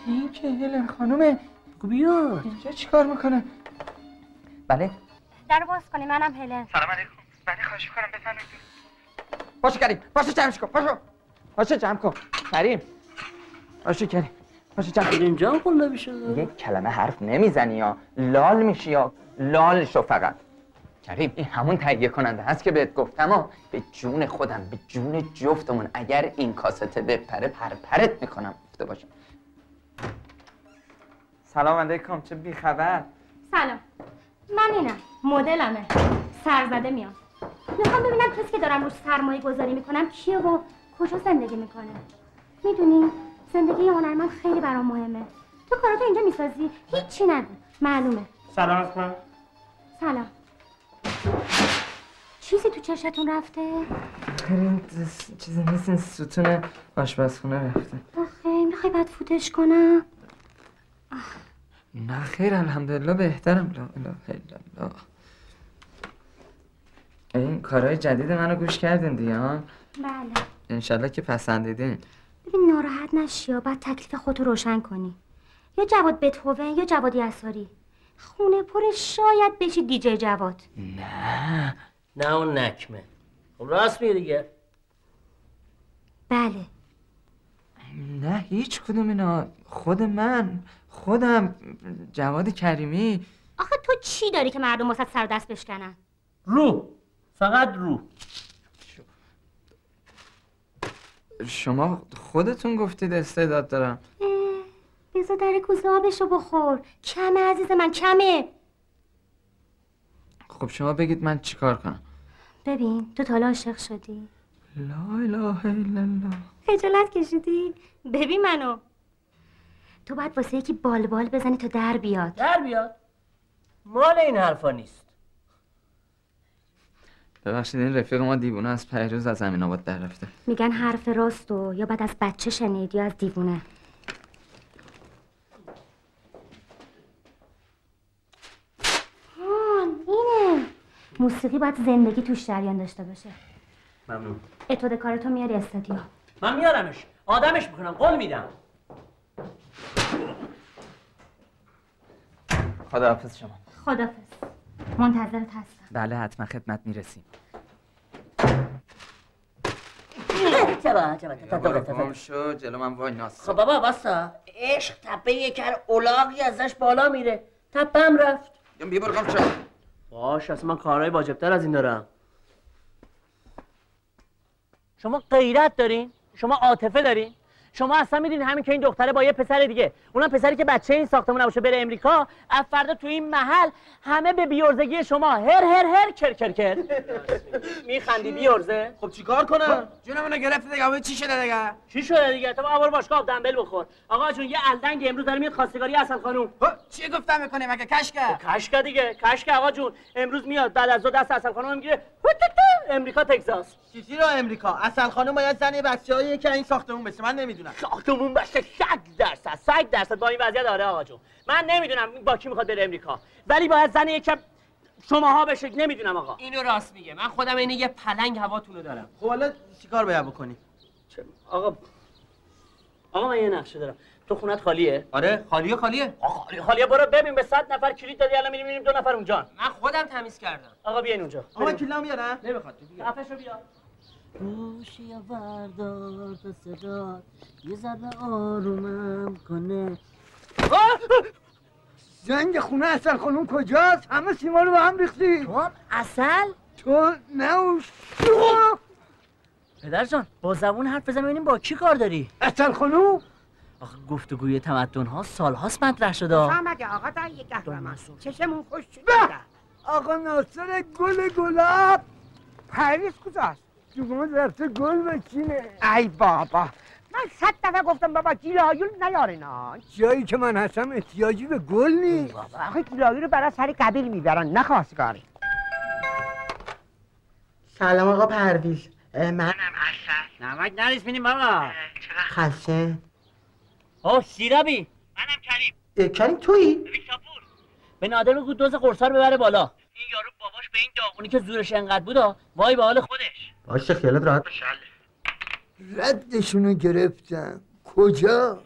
این که هلن خانومه
خب بیاد
اینجا چیکار میکنه بله
در باز کنی منم هلن
سلام علیکم بله خواهش میکنم بفرمایید
پاشو کریم پاشو جمعش کن پاشو پاشو جمع کن کریم پاشو کریم پاشو جمع کن
اینجا قلابی شده
یک کلمه حرف نمیزنی یا لال میشی یا لال شو فقط کریم این همون تهیه کننده هست که بهت گفتم ها به جون خودم به جون جفتمون اگر این کاسته بپره پرپرت میکنم گفته باشم سلام علیکم چه بیخبر
سلام من اینم مدلمه سرزده میام میخوام ببینم کسی که دارم روش سرمایه گذاری میکنم کیه و کجا زندگی میکنه میدونی زندگی یه هنرمند خیلی برام مهمه تو کاراتو اینجا میسازی هیچی نگو معلومه
سلام اسمم
سلام چیزی تو چشتون رفته؟
کریم چیزی نیست این ستون آشپزخونه رفته
آخه میخوای بعد فوتش کنم
نه خیر الحمدلله بهترم لا اله الا الله این کارهای جدید منو گوش کردین دیگه ها
بله
انشالله که پسندیدین
ببین ناراحت نشی یا بعد تکلیف خودتو روشن کنی یا جواد بتهوون یا جوادی اساری خونه پر شاید بشی دیجی جواد
نه نه اون نکمه خب راست میگه دیگه
بله
نه هیچ کدوم اینا خود من خودم جواد کریمی
آخه تو چی داری که مردم واسه سر و دست بشکنن
رو فقط رو
شما خودتون گفتید استعداد دارم
اه، بذار در کوزه آبشو بخور کمه عزیز من کمه
خب شما بگید من چیکار کنم
ببین تو تالا عاشق شدی
لا اله الا الله
خجالت کشیدی ببین منو تو باید واسه یکی بال بال بزنی تا در بیاد
در بیاد مال این حرفا نیست
ببخشید این رفیق ما دیوونه از پیروز از امین آباد در رفته
میگن حرف راستو یا بعد از بچه شنید یا از دیوونه موسیقی باید زندگی توش جریان داشته باشه
ممنون
اتود کارتو میاری استودیو
من میارمش آدمش میکنم قول میدم
خداحافظ شما
خدافز منتظرت هستم
بله حتما خدمت میرسیم
چرا چرا
گم شو جلو من وای ناس
خب بابا واسا عشق تپه یکر اولاغی ازش بالا میره تپم رفت
بیبر گم شو
باش اصلا من کارهای واجبتر از این دارم
شما غیرت دارین شما عاطفه دارین شما اصلا میدین همین که این دختره با یه پسر دیگه اونم پسری که بچه این ساختمون نباشه بره امریکا از فردا تو این محل همه به بیورزگی شما هر هر هر کر کر کر میخندی بیورزه
خب چیکار کنم جونم اونو گرفت دیگه آبه چی شده دیگه
چی شده دیگه تو برو باشگاه آب دنبل بخور آقا جون یه الدنگ امروز داره میاد خواستگاری اصل خانوم
خب،
چی گفتم میکنه مگه کشکه
کشکه دیگه کشکه آقا جون امروز میاد بعد از دو دست اصل خانوم میگیره امریکا تگزاس
چی رو امریکا اصل خانم باید زن بچه‌ایه که این ساختمون بشه من نمیدونم
ساختمون بشه 100 درصد 100 درصد با این وضعیت آره آقا جون من نمیدونم با کی میخواد بره امریکا ولی باید زن یکم شماها بشه نمیدونم آقا
اینو راست میگه من خودم اینه یه پلنگ هواتونو دارم
خب حالا چیکار باید بکنی
آقا آقا من یه نقشه دارم تو خونت خالیه
آره خالیه خالیه
آقا خالیه خالیه برو ببین به صد نفر کلید دادی الان میریم میریم دو نفر اونجا
من خودم تمیز کردم
آقا بیاین اونجا
آقا کلا میارم
نمیخواد خفشو بیا
گوشی بردار تا صدا یه ذره آرومم کنه
زنگ خونه اصل خانوم کجاست همه سیما رو به هم ریختی تو
خب، اصل
تو نه اون
پدر جان با زبون حرف بزن ببینیم با کی کار داری
اصل خانوم
آخه گفتگوی تمدن ها سال هاست مطرح شده
مگه آقا در یک قهرمان چشمون خوش شده آقا ناصر گل گلاب
پرویز کجاست
جوان رفته گل بچینه
ای بابا من صد دفعه گفتم بابا گیلاهیون نیار اینا
جایی که من هستم احتیاجی به گل نیست
آخه گیلاهی رو برای سر قبیل میبرن نه خواستگاری
سلام آقا پرویز اه، من
منم اصل
نمک نریز بینیم بابا
خسته
او سیرابی
منم کریم
اه، کریم تویی؟
ببین شاپور
به نادر بگو دوز قرصا رو ببره بالا
این یارو باباش به این داغونی
اونی که زورش انقدر بودا وای به حال
خودش
باشه خیالت راحت
باشه حله.
ردشون رو گرفتم کجا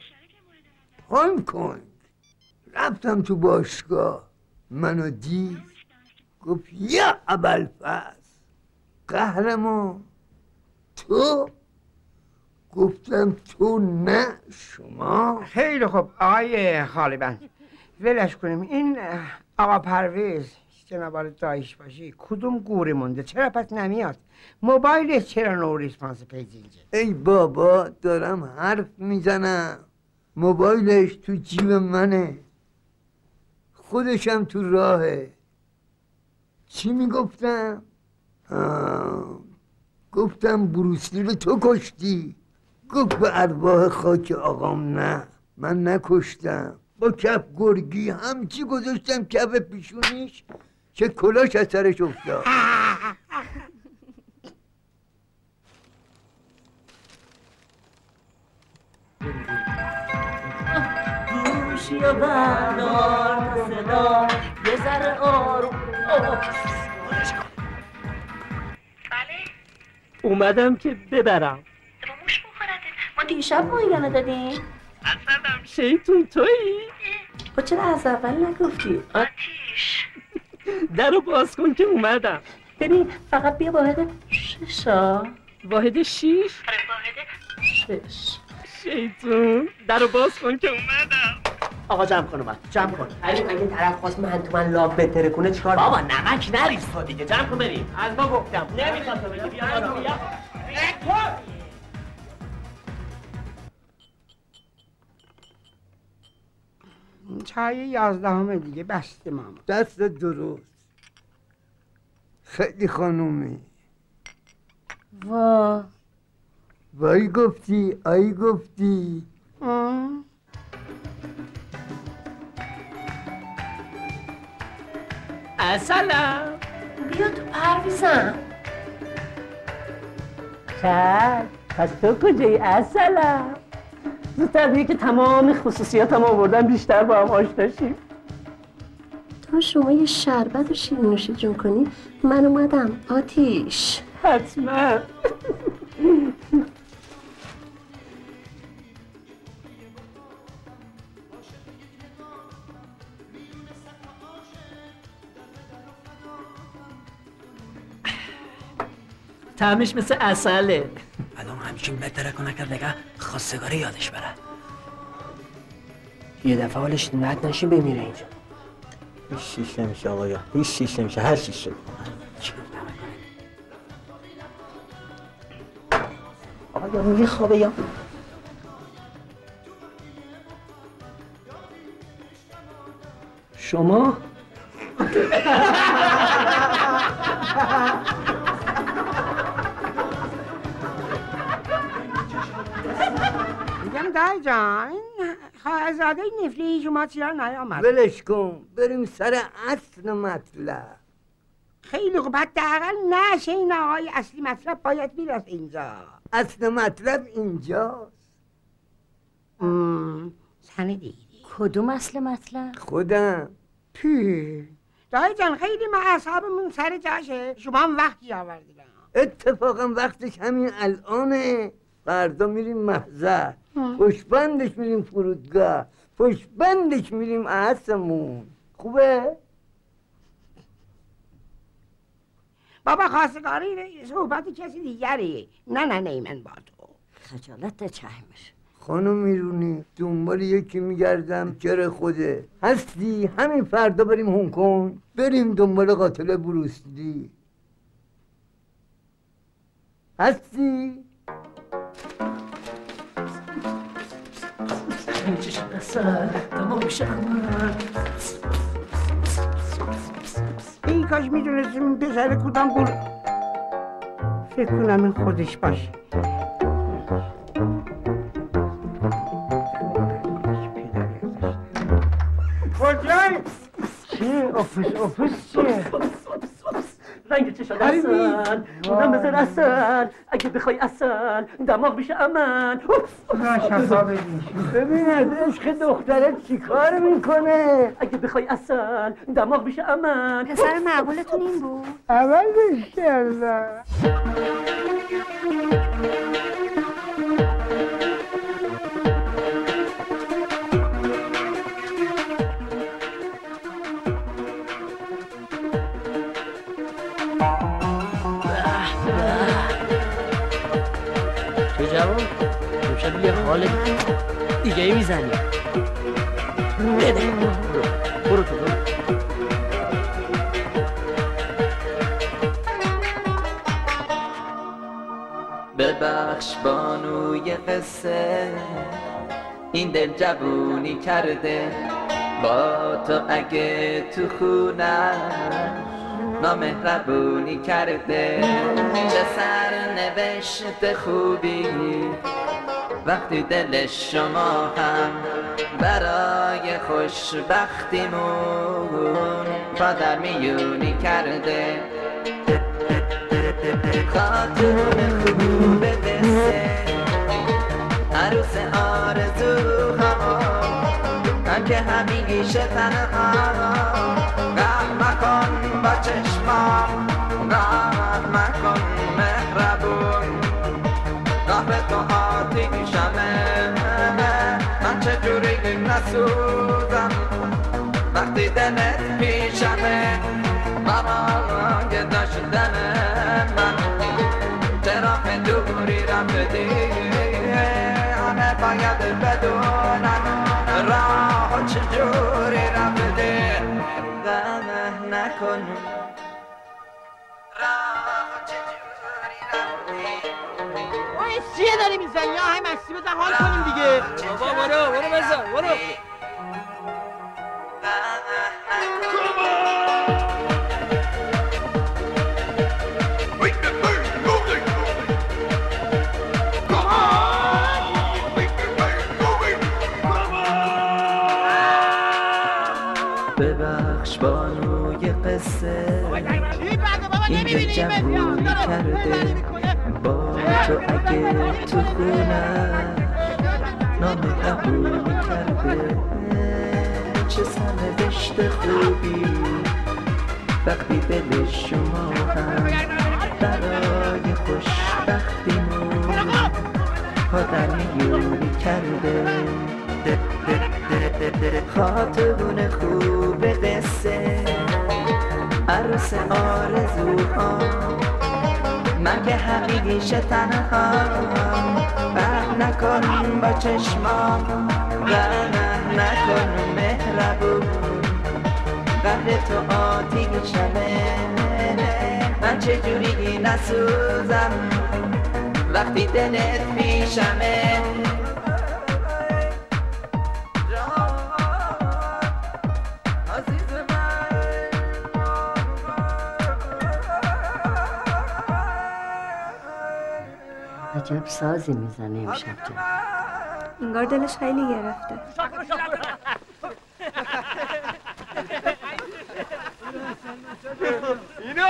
هنگ کنگ رفتم تو باشگاه منو دید گفت یا ابلفز قهرمان تو گفتم تو نه
ما خیلی خوب آقای خالبند ولش کنیم این اه، آقا پرویز جناب دایش باشی کدوم گوری مونده چرا پس نمیاد موبایلش چرا نو ریسپانس پیجینجه
ای بابا دارم حرف میزنم موبایلش تو جیب منه خودشم تو راهه چی میگفتم؟ آه، گفتم بروسلی رو تو کشتی گفت به ارواح خاک آقام نه من نکشتم با کف گرگی همچی گذاشتم کف پیشونیش که کلاش از سرش افتاد
گوشی و بردار تا صدا یه ذره آروم
اومدم که ببرم
ما دیشب معاینه دادیم
شیطون تویی
با خب چرا از اول نگفتی آ-
در رو باز کن که اومدم
ببین فقط بیا واحد ششا
واحد شیش
آره،
شش
شیطون در رو باز کن که اومدم
آقا جمع کن اومد جمع کن
آره،
حریم اگه طرف خواست من تو من لاب بتره کنه چیکار
بابا نمک نریز تو دیگه جمع کن بریم
از ما گفتم
نمیخواد تو بگی بیا بالا، بیا.
چای یازدهم دیگه بسته ماما
دست درست خیلی خانومی
وا
وای گفتی آی گفتی
اصلا
بیا تو پرویزم
چشم پس تو کجایی اصلا زودتر دیگه که تمام خصوصیاتم آوردم بیشتر با هم آشنا شیم
تو
حتما شما یه شربت و شیر نوشی جون کنی من اومدم آتیش
حتما
تعمش مثل اصله
الان همچین بهتره کنه که دیگه خواستگاری یادش بره
یه دفعه حالش نت نشه بمیره اینجا هیچ چیز نمیشه آقایا هیچ چیز نمیشه هر چیز شد آقایا میگه خوابه یا
شما
میگم دایی جان این خواهرزاده نفلی شما چرا نیامد
ولش کن بریم سر اصل مطلب
خیلی خوب حداقل نشه این آقای اصلی مطلب باید میرفت اینجا
اصل مطلب اینجاست
سنه دیگه
کدوم اصل مطلب
خودم
پیر دایی جان خیلی ما اصابمون سر جاشه شما هم وقتی آوردید
اتفاقا وقتش همین الانه فردا میریم محضر پشبندش میریم فرودگاه پشبندش میریم اصمون خوبه؟
بابا خواستگاری صحبت کسی دیگری نه نه نه من با تو
خجالت چشمش
خانم میرونی دنبال یکی میگردم جر خوده هستی همین فردا بریم هنگ کنگ بریم دنبال قاتل بروسلی هستی
چشم اصل تمام
این کاش میدونستیم پسر کدام بود فکر کنم این خودش باشه
کجایی؟
چیه؟ آفیس آفیس چیه؟
رنگ چشم
حریمی.
اصل اونم بذار اصل اگه بخوای اصل دماغ میشه امن
ببین از عشق دختره چیکار میکنه
اگه بخوای اصل دماغ میشه امن
پسر معقولتون این بود
عوضش کردم
تو جوان امشب یه حال دیگه ای میزنی بده برو برو تو برو
ببخش بانوی قصه این دل جوونی کرده با تو اگه تو خونم نامهربونی کرده چه سر نوشت خوبی وقتی دل شما هم برای خوشبختیمون پا در میونی کرده خاتون خوب بسه عروس آرزو هم که همیشه تنها غم مکن با چشمام غم مکن مهربون قهر تو آتیشمه من چجوری نسوزم وقتی دلت پیشمه ممانگ داشتن من چرا دوری رم بدی همه باید بدونم راه چجوری رفته غمه نکن
اوه، این چیه داری میزنی آه مکسی بزن حال کنیم دیگه بابا برو برو بزن برو
ببخش بانوی قصه این که جوونی کرده با تو اگه تو خونم نام قبول کرده چه سنوشت خوبی وقتی دل شما هم برای خوشبختی آدم یوری کرده خاطرون خوب قصه عروس آرزوها من که حقیقیش تنها غم نکن با چشما غم نکن مهربون قهر تو آتیشمه من چجوری نسوزم وقتی دلت پیشمه
عجب سازی میزنه امشب جان
انگار دلش خیلی گرفته
اینو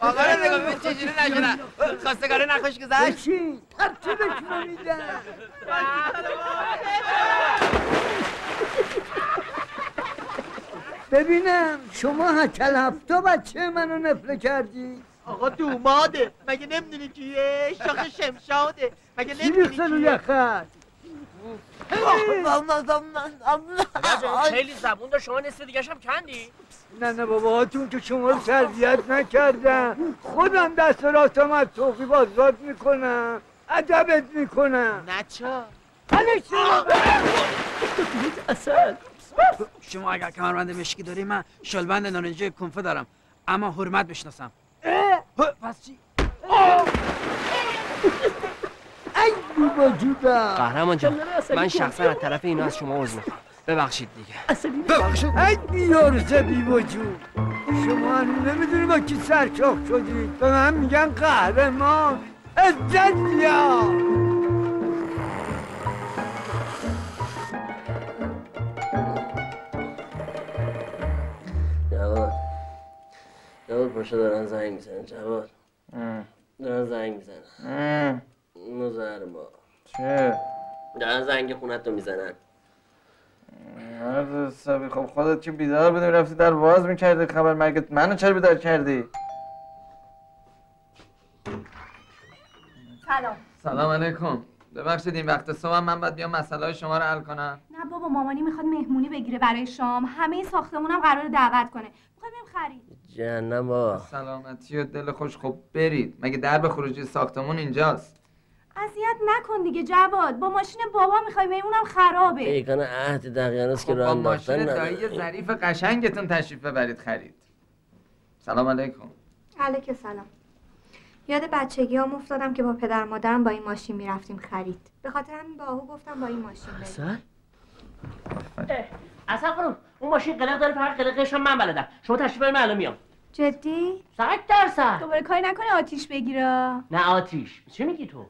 آقا رو نگاه ببین چجوری نشدن خواستگاره نخوش گذشت
چی؟ ترتیبش رو میدم ببینم شما هکل هفته بچه منو نفله کردی
آقا دوماده مگه نمیدونی کیه شاخ شمشاده مگه
چی ریختن اون یخت
خیلی زبون دار شما نصف دیگه هم کندی
نه نه باباهاتون که شما رو تربیت نکردن خودم دست و راستم از توفی بازداد میکنم ادبت میکنم
نچا
شما اگر کمربند مشکی داری من شلبند نارنجی کنفه دارم اما حرمت بشناسم پس چی؟
ای بابا جودا
قهرمان جان من شخصا از طرف اینا از شما عذر میخوام ببخشید دیگه
ببخشید ای بیارزه بی وجود شما نمیدونی با کی سرچاخ شدید به من میگن قهرمان عزت یا
جواد جواد پاشو دارن زنگ میزنن جواد دارن زنگ میزنن مزهر با
چه؟
دارن زنگ خونت رو میزنن
مرد حسابی خب خودت که بیدار بودی رفتی در باز میکردی خبر مرگت منو چرا بیدار کردی؟
سلام
سلام علیکم ببخشید این وقت صبح من باید بیام مسئله های شما رو حل کنم
نه بابا مامانی میخواد مهمونی بگیره برای شام همه ساختمونم قرار دعوت کنه میخواد بریم خرید
جهنم با
سلامتی و دل خوش خب برید مگه درب خروجی ساختمون اینجاست
اذیت نکن دیگه جواد با ماشین بابا میخوایم اونم خرابه
ایگان عهد دقیانوس که
خب
راه
با ماشین
انداختن
دایی
نداره.
ظریف قشنگتون تشریف ببرید خرید سلام علیکم
علیک سلام یاد بچگی هم افتادم که با پدر مادرم با این ماشین میرفتیم خرید به خاطر همین به آهو گفتم با این ماشین بریم
اصلا خانم اون ماشین قلق داره فقط قلقش هم من بلدم شما تشریف بریم الان میام
جدی
صد درصد
دوباره کاری نکنه آتیش بگیره
نه آتیش چی میگی تو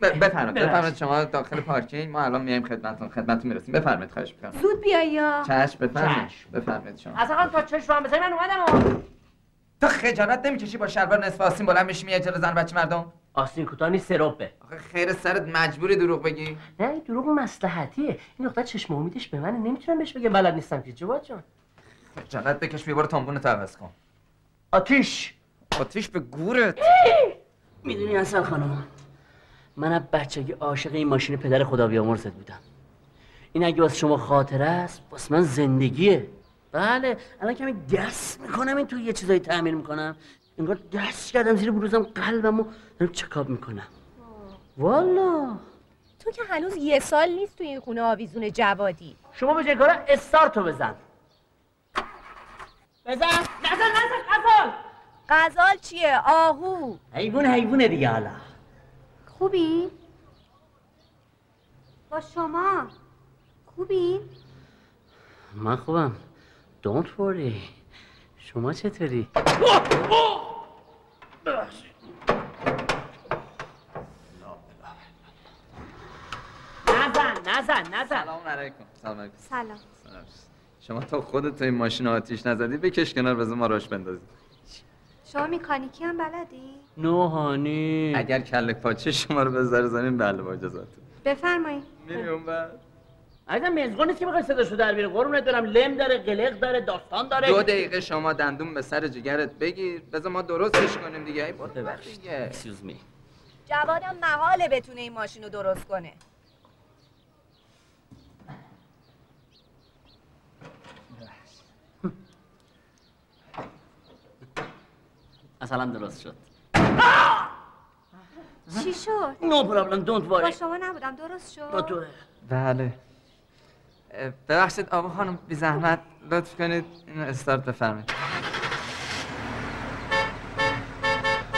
ب- بفرمایید
ببخشید.
بفرمایید شما داخل پارکینگ ما الان میایم خدمتتون خدمتتون میرسیم بفرمایید خواهش می‌کنم
زود بیا یا
چشم بفرمایید بفرمایید شما
اصلا خانم تا چشم هم بزنی من اومدم
تو خجالت نمیکشی با شلوار نصف آستین بلند میشی میای جلو زن بچه مردم
آستین کوتاه نیست سرپه
آخه خیر سرت مجبوری دروغ بگی
نه این دروغ مصلحتیه این دختر چشم امیدش به من نمیتونم بهش بگم بلد نیستم که جواد جان
خجالت بکش بیا برو تنبون تو عوض کن
آتیش
آتیش به گورت
میدونی اصل خانم من از بچگی عاشق این ماشین پدر خدا بیامرزت بودم این اگه واسه شما خاطره است واسه من زندگیه بله الان کمی دست میکنم این توی یه چیزایی تعمیر میکنم انگار دست کردم زیر بلوزم قلبمو دارم چکاب میکنم والا
تو که هنوز یه سال نیست تو این خونه آویزون جوادی
شما به جای کارا استارتو بزن
بزن نزن نزن غزال غزال چیه آهو
حیوان حیوونه دیگه حالا
خوبی؟ با شما خوبی؟
من خوبم don't worry شما چطوری؟
نزن نزن نزن
سلام علیکم سلام علیکم
سلام
شما تا خودت تو این ماشین آتیش نزدی بکش کنار بذار ما راش بندازیم
شما میکانیکی هم بلدی؟
نوهانی اگر کله پاچه شما رو بذاره زمین بله با اجازهتون
بفرمایید
میری اون بر
عزیزم مزگون نیست که بخوای صداشو در بیاره قربونت برم لم داره قلق داره داستان داره
دو دقیقه شما دندون به سر جگرت بگیر بذار ما درستش کنیم دیگه ای بابا دیگه
Excuse me.
جوادم محاله بتونه این ماشین رو درست کنه
اصلا درست شد
چی شد؟
نو پرابلم دونت
با
واری
شما نبودم درست شد؟
با توه
بله اه، ببخشید آقا خانم بی زحمت لطف کنید اینو استارت بفرمایید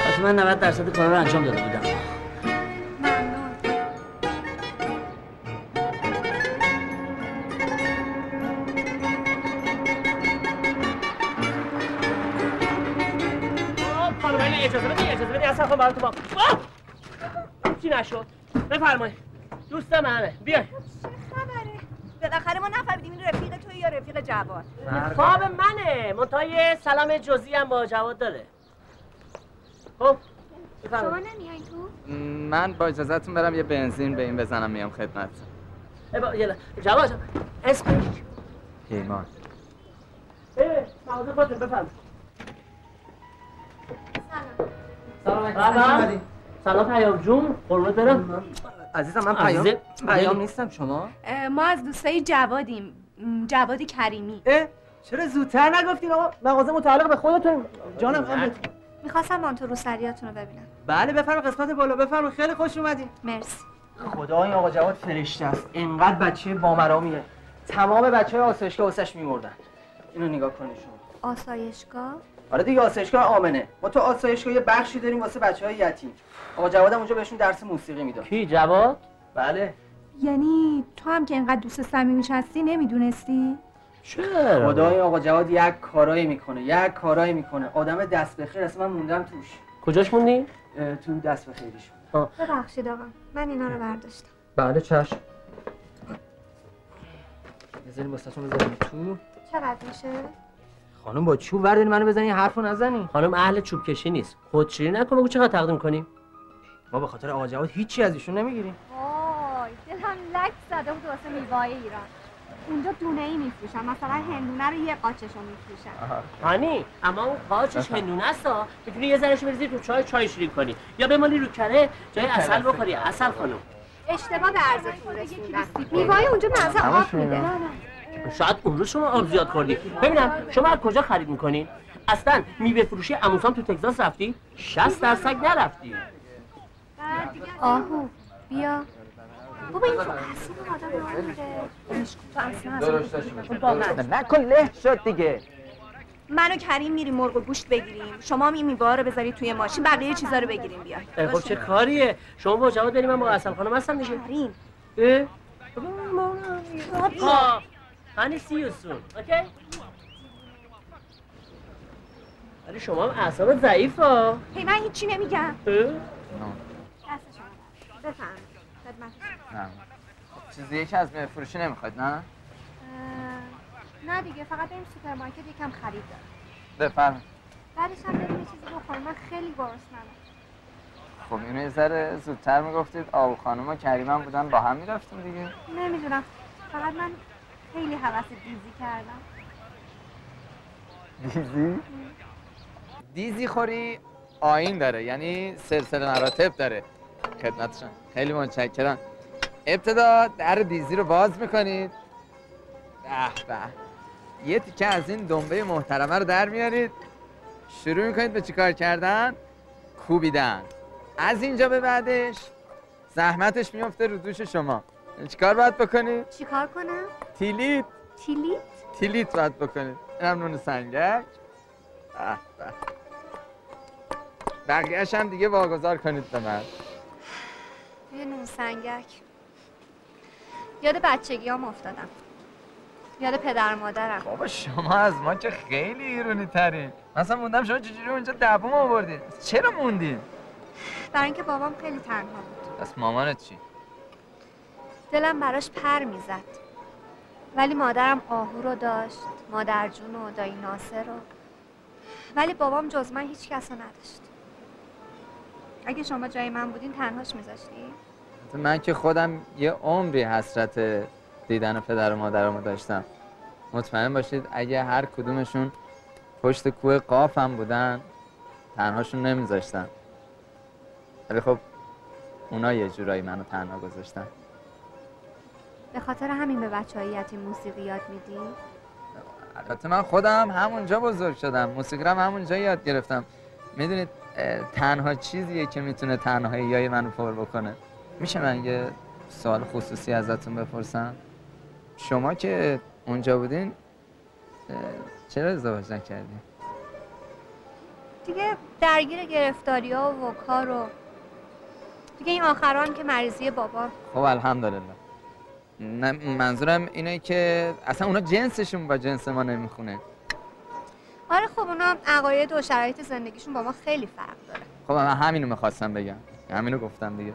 البته من 90 درصد کارا رو انجام داده بودم
خانم بله اجازه بدی اجازه بدی اصلا خب براتون با آه! چی نشد بفرمایید دوست منه بیاین
بالاخره ما نفهمیدیم این رفیق توی یا رفیق جواد
خواب منه منتها یه سلام جزئی هم با جواد داره خب
شما نمیای تو؟
من با اجازهتون برم یه بنزین به این بزنم میام خدمت
ای با- یلا. جواد جان، اسم
پیمان
اه، مغازه خودتون بفرمایید سلام
عزیزم.
سلام سلام پیام جون قربونت برم
عزیزم من
پیام- پیام
نیستم شما
ما از دوستای جوادیم م، جواد کریمی
چرا زودتر نگفتین آقا مغازه متعلق به خودتون جانم امرتون
میخواستم مانتو سریاتون رو ببینم
بله بفرم قسمت بالا بفرم خیلی خوش اومدین
مرسی
خدا این آقا جواد فرشته است انقدر بچه بامرامیه تمام بچه های آسایشگاه واسش میمردن اینو نگاه کنی شما
آسایشگاه؟
آره دیگه آسایشگاه آمنه ما تو آسایشگاه یه بخشی داریم واسه بچه های یتیم آقا جوادم اونجا بهشون درس موسیقی میداد
کی جواد
بله
یعنی تو هم که انقدر دوست صمیمیش هستی نمیدونستی
چرا
خدای آقا جواد یک کارایی میکنه یک کارایی میکنه آدم دست به خیر اصلا من موندم توش
کجاش موندی
اه، تو دست به خیریشون
ببخشید آقا من اینا رو برداشتم
بله چشم
بذاریم واسهشون بذاریم تو
چقدر میشه؟
خانم با چوب وردین منو بزنی حرفو نزنی
خانم اهل چوب کشی نیست خودشیری نکن بگو چقدر تقدیم کنیم
ما به خاطر آقا جواد هیچی از ایشون نمیگیریم
وای دلم لک زده بود واسه میوای ایران اونجا دونه ای میفروشن مثلا هندونه رو یه قاچش رو میفروشن
هانی اما اون قاچش بفهم. هندونه است ها. میتونی یه ذره بریزی رو چای چای شیرین کنی یا بمالی رو کره جای اصل بخوری اصل خانم
اشتباه به عرضتون رسوندن میوای اونجا مزه آب
همشون
میده
اینا. شاید اون روز شما آب زیاد خوردی ببینم شما از کجا خرید میکنین اصلا میوه فروشی عموسان تو تگزاس رفتی 60 درصد نرفتی
آهو بیا بابا این تو اصلا آدم رو میده
تو اصلا
نکن له شد دیگه
من و کریم میریم مرغ و گوشت بگیریم شما هم این میوه‌ها رو بذارید توی ماشین بقیه چیزا رو بگیریم بیاید
اه، خب چه کاریه شما با جواد بریم من با اصل خانم هستم دیگه
کریم
اه؟ آه، هانی سی یو سون اوکی ولی شما هم اعصاب ضعیف ها
هی من هیچی نمیگم
اه؟
دست شما بفهم خدمت
نه چیزی یکی از میوه فروشی نمیخواید نه
نه دیگه فقط بریم سوپرمارکت یکم خرید دارم
بفرمایید
بعدش هم بریم یه چیزی بخوریم من خیلی گرسنمم
خب اینو یه ذره زودتر میگفتید آقا خانم و کریم هم بودن با هم میرفتیم دیگه
نمیدونم فقط من خیلی حوث دیزی کردم
دیزی دیزی خوری آین داره یعنی سلسله مراتب داره خدمتشان خیلی متشکرم ابتدا در دیزی رو باز میکنید به به یه تیکه از این دنبه محترمه رو در میارید شروع میکنید به چیکار کردن کوبیدن از اینجا به بعدش زحمتش میفته رو دوش شما چیکار باید بکنید
چیکار کنم؟
تیلیت
تیلیت؟
تیلیت باید بکنید اینم نون سنگک به به بقیه‌اش هم دیگه واگذار کنید به من
یه نون سنگک یاد بچگیام افتادم یاد پدر مادرم
بابا شما از ما که خیلی ایرونی ترین مثلا موندم شما چجوری اونجا دبوم آوردین چرا موندین
برای اینکه بابام خیلی تنها بود
پس مامانت چی
دلم براش پر میزد ولی مادرم آهو رو داشت مادرجون و دایی ناصر رو ولی بابام جز من هیچ کس رو نداشت اگه شما جای من بودین تنهاش میذاشتی؟
من که خودم یه عمری حسرت دیدن پدر و مادرمو داشتم مطمئن باشید اگه هر کدومشون پشت کوه قاف هم بودن تنهاشون نمیذاشتن ولی خب اونا یه جورایی منو تنها گذاشتن
به خاطر همین به بچه یتیم موسیقی یاد میدی؟
البته من خودم همونجا بزرگ شدم موسیقی رو هم همونجا یاد گرفتم میدونید اه، تنها چیزیه که میتونه تنهایی یای منو پر بکنه میشه من یه سوال خصوصی ازتون بپرسم شما که اونجا بودین اه، چرا ازدواج نکردین
دیگه درگیر گرفتاری ها و کار و دیگه این آخران که مریضی بابا
خب الحمدلله نه منظورم اینه که اصلا اونا جنسشون با جنس ما نمیخونه
آره خب اونا عقاید و شرایط زندگیشون با ما خیلی فرق داره
خب من همینو میخواستم بگم همینو گفتم دیگه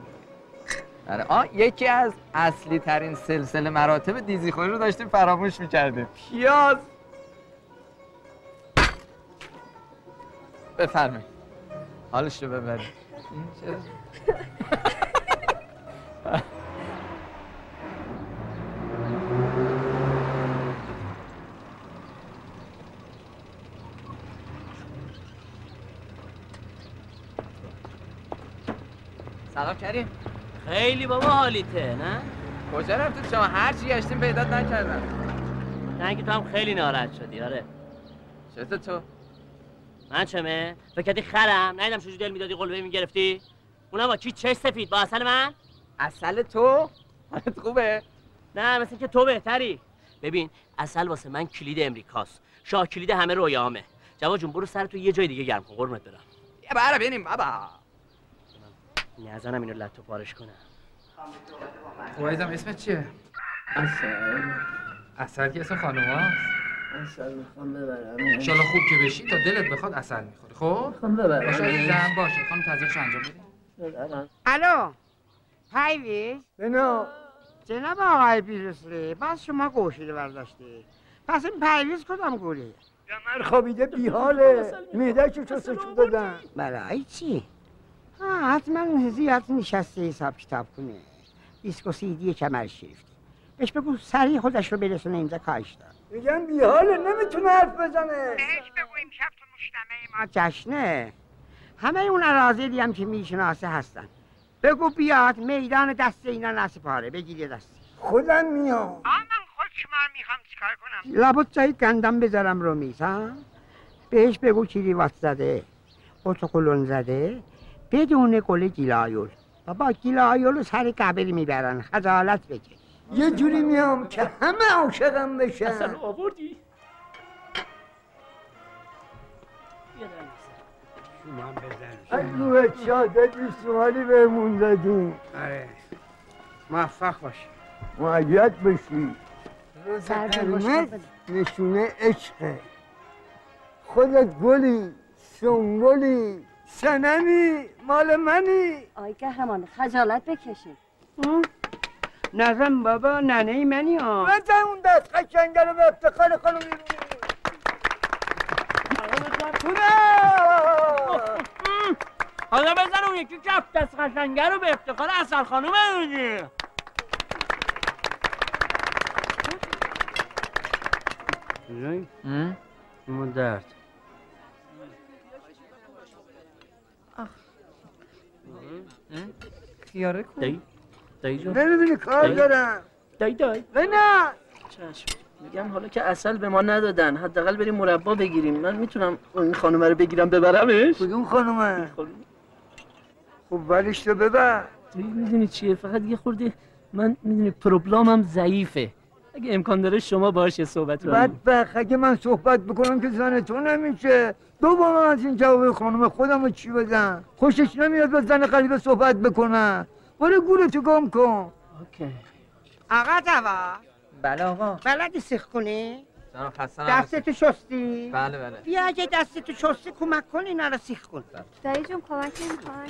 آره آه، یکی از اصلی ترین سلسله مراتب دیزی خوری رو داشتیم فراموش میکردیم پیاز بفرمایید حالش رو ببرید این چرا؟ سلام کریم
خیلی بابا حالیته نه؟
کجا رفتید شما هرچی گشتیم پیدات نکردم
نه که تو هم خیلی ناراحت شدی آره
چطور تو؟
من چمه؟ فکر کردی خرم؟ نیدم چجوری دل میدادی قلبه میگرفتی؟ اونم با کی چش سفید با اصل من؟
اصل تو؟ حالت خوبه؟
نه مثل که تو بهتری ببین اصل واسه من کلید امریکاست شاه کلید همه رویامه جواد جون برو سر تو یه جای دیگه گرم کن قربونت برم
یه برا بینیم بابا
نزنم اینو لتو پارش کنم
وایزم اسمت چیه؟
اصل
اصل که اسم خانوما
اصل میخوام ببرم
انشالله خوب که بشی تا دلت بخواد اصل میخوری خب؟
میخوام ببرم.
باشه عزیزم باشه خانم تزریقش انجام بده
ببرم.
الو پایویز بنا جناب آقای بیرسلی بس شما گوشی رو برداشتی پس این پایویز کدام گوله
من خوابیده بیحاله میده چو چسشو دادن
برای بله، چی؟ ها حتما زیاد نشسته حساب کتاب کنه دیسکو سیدی کمر شیفت بهش بگو سریع خودش رو برسونه اینجا کاش دار
میگم بیحاله نمیتونه حرف بزنه
ما جشنه همه اون اراضیلی هم که میشناسه هستن بگو بیاد میدان دست اینا نسپاره بگیر یه دستی
خودم میام
لابد جایی گندم بذارم رو میز ها بهش بگو کیلیوات زده اتوقلون زده بدون گل گیلایول بابا گیلایول رو سر کبری میبرن خجالت بکش
یه جوری میام که همه عاشقم بشن
آوردی؟
اگه به شهادت سوالی بهمون دادیم
آره موفق باش
معید بشی روز
سر به مشت
قرمز
بده.
نشونه عشقه خودت گلی سنبولی سنمی مال منی
آی قهرمان خجالت بکشید
نظم بابا ننه منی ها
بزن اون دست قشنگه رو به افتخار خانم
حالا بزن اون یکی کف دست قشنگه رو به افتخار اصل خانوم بدونی
جایی؟ این درد
خیاره
دایی دایی جون
ببینی کار
دایی؟
دارم
دایی دایی
نه
چشم میگم حالا که اصل به ما ندادن حداقل بریم مربا بگیریم من میتونم این خانومه رو بگیرم ببرمش
کدوم خانومه خب ولیش تو ببر
میدونی چیه فقط یه خورده من میدونی پروبلامم ضعیفه اگه امکان داره شما باشه صحبت کنیم
بدبخ اگه من صحبت بکنم که زن تو نمیشه دوم از این جواب خانم خودم رو چی بدم خوشش نمیاد با زن غریبه صحبت بکنم برو گولتو گم کن
آقا جوا
بله آقا
بلدی سیخ کنی؟
جناب خسته نباشید.
دستتو شستی؟
بله بله
بیا اگه دستتو شستی کمک کن اینا رو سیخ کن
بله.
دایی جون کمک نمی‌خوای؟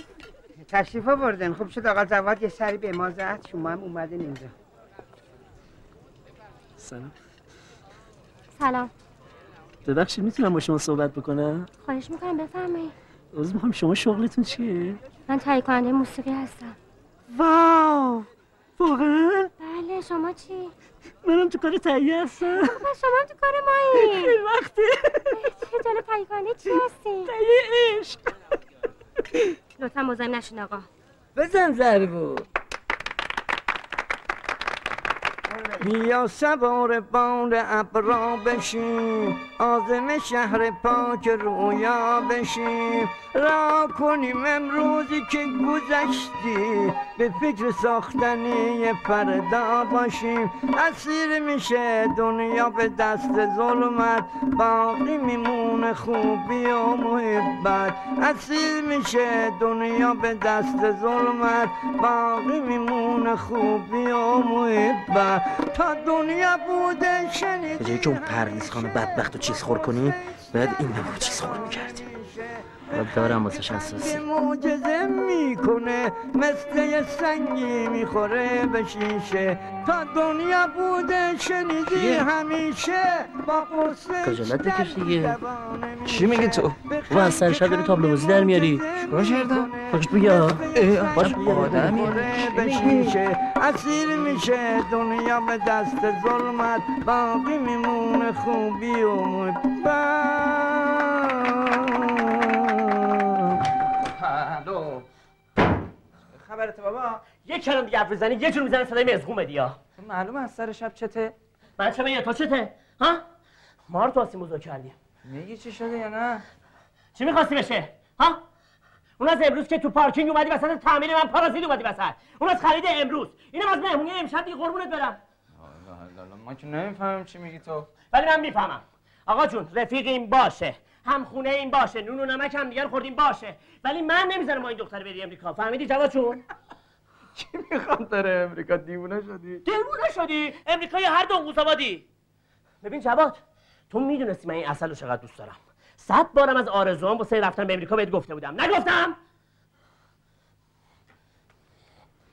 تشریف آوردن خوب شد آقا جواد یه سری به ما زد شما هم اومدین اینجا
سلام
سلام
ببخشید میتونم با شما صحبت بکنم
خواهش میکنم بفرمایید
عضو میخوام شما شغلتون چیه
من تهیه کننده موسیقی هستم
واو واقعا
بله
شما چی؟
منم تو کار تهیه هستم
خب، پس شما هم تو کار مایی
خیلی وقته
چه جالب تهیه کننده چی هستی؟
تهیه عشق
لطفا مزاحم نشین آقا
بزن ضربو بیا سوار بار ابرا بشیم آزم شهر پاک رویا بشیم را کنیم امروزی که گذشتی به فکر ساختن یه فردا باشیم اسیر میشه دنیا به دست ظلمت باقی میمونه خوبی و محبت اسیر میشه دنیا به دست ظلمت باقی میمونه خوبی و محبت تا دنیا بوده شنید
به جایی که اون پرنیز خانم بدبخت رو چیز خور کنیم باید این نمو چیز خور میکردیم
حالا دارم واسه اساسی
که معجزه میکنه مثل یه سنگی میخوره به شیشه تا دنیا بوده شنیدی
کیه؟
همیشه با قصه
خجالت بکش دیگه
چی میگی تو؟
و از سر شب داری تابلوبازی در میاری
چیکار کردم؟
باش بیا باش
میخوره به شیشه اسیر میشه دنیا به دست ظلمت باقی میمونه خوبی و محبت
پهلو خبرت بابا
یه کلام دیگه حرف بزنی یه جور میزنه صدای مزغومه دیا
معلومه از سر شب چته
من چه میگم تو چته ها ما رو تو آسیم بزرگ کردیم
میگی چی شده یا نه
چی میخواستی بشه ها اون از امروز که تو پارکینگ اومدی وسط تعمیر من پارازیت اومدی وسط اون از خرید امروز اینم از مهمونی امشب دیگه قربونت برم
ما که نمیفهمیم چی میگی تو
ولی من میفهمم آقا جون رفیقیم باشه هم خونه این باشه نون و نمک هم دیگر خوردیم باشه ولی من نمیذارم ما این دختر بری امریکا فهمیدی جواد جون
میخوام خب، داره امریکا دیوونه شدی
دیوونه شدی امریکای هر دو قوزابادی ببین جواد تو میدونستی من این اصل رو چقدر دوست دارم صد بارم از آرزوام واسه رفتن به امریکا بهت گفته بودم نگفتم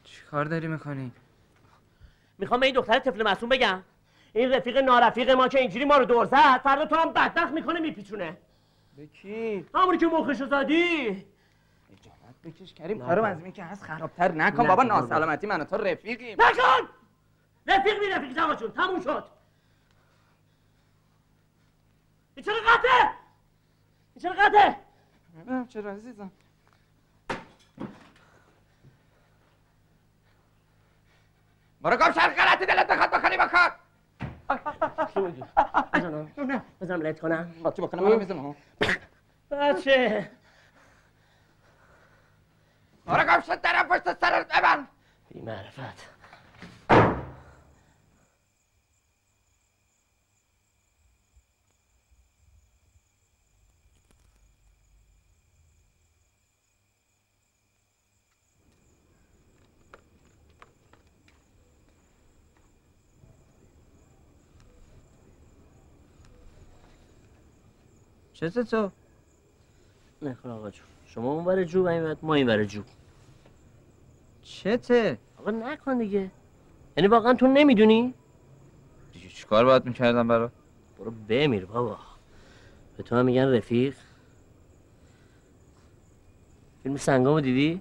چی کار داری میکنی
میخوام به این دختر طفل معصوم بگم این رفیق نارفیق ما که اینجوری ما رو دور زد فردا تو هم بدبخت میکنه میپیچونه
به کی
همونی که مخشو زدی
بکش کریم کارم از این که هست خرابتر نکن بابا ناسلامتی من و تو رفیقیم
نکن رفیق می رفیق جواد جون تموم شد این چرا قطعه این چرا قطعه
نمیدونم چرا عزیزم برو گم شر غلطی دلت بخواد بکنی بکن
چی میگی؟ بزنم بزنم لط کنم
با چی بکنم من میزنم
بچه
برو گم شد درم پشت سرت ببند
بی معرفت
چه تو
نکن آقا جون شما اون ور جوب این ور- ما این ور جوب
چته
آقا نکن دیگه یعنی واقعا تو نمیدونی
دیگه چیکار باید میکردم برا
برو بمیر بابا به تو هم میگن رفیق فیلم سنگامو دیدی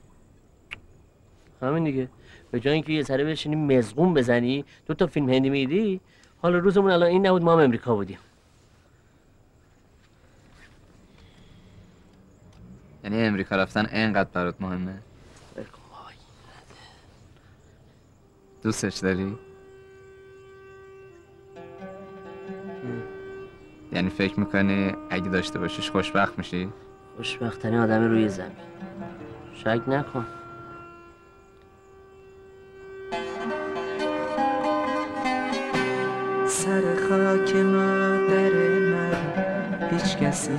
همین دیگه به جای اینکه یه سره بشینی مزغوم بزنی دو تا فیلم هندی میدی حالا روزمون الان این نبود ما هم امریکا بودیم
یعنی امریکا رفتن اینقدر برات مهمه دوستش داری؟ یعنی فکر میکنی اگه داشته باشیش خوشبخت میشی؟
خوشبختترین آدم روی زمین شک نکن
سر خاک مادر من هیچ کسی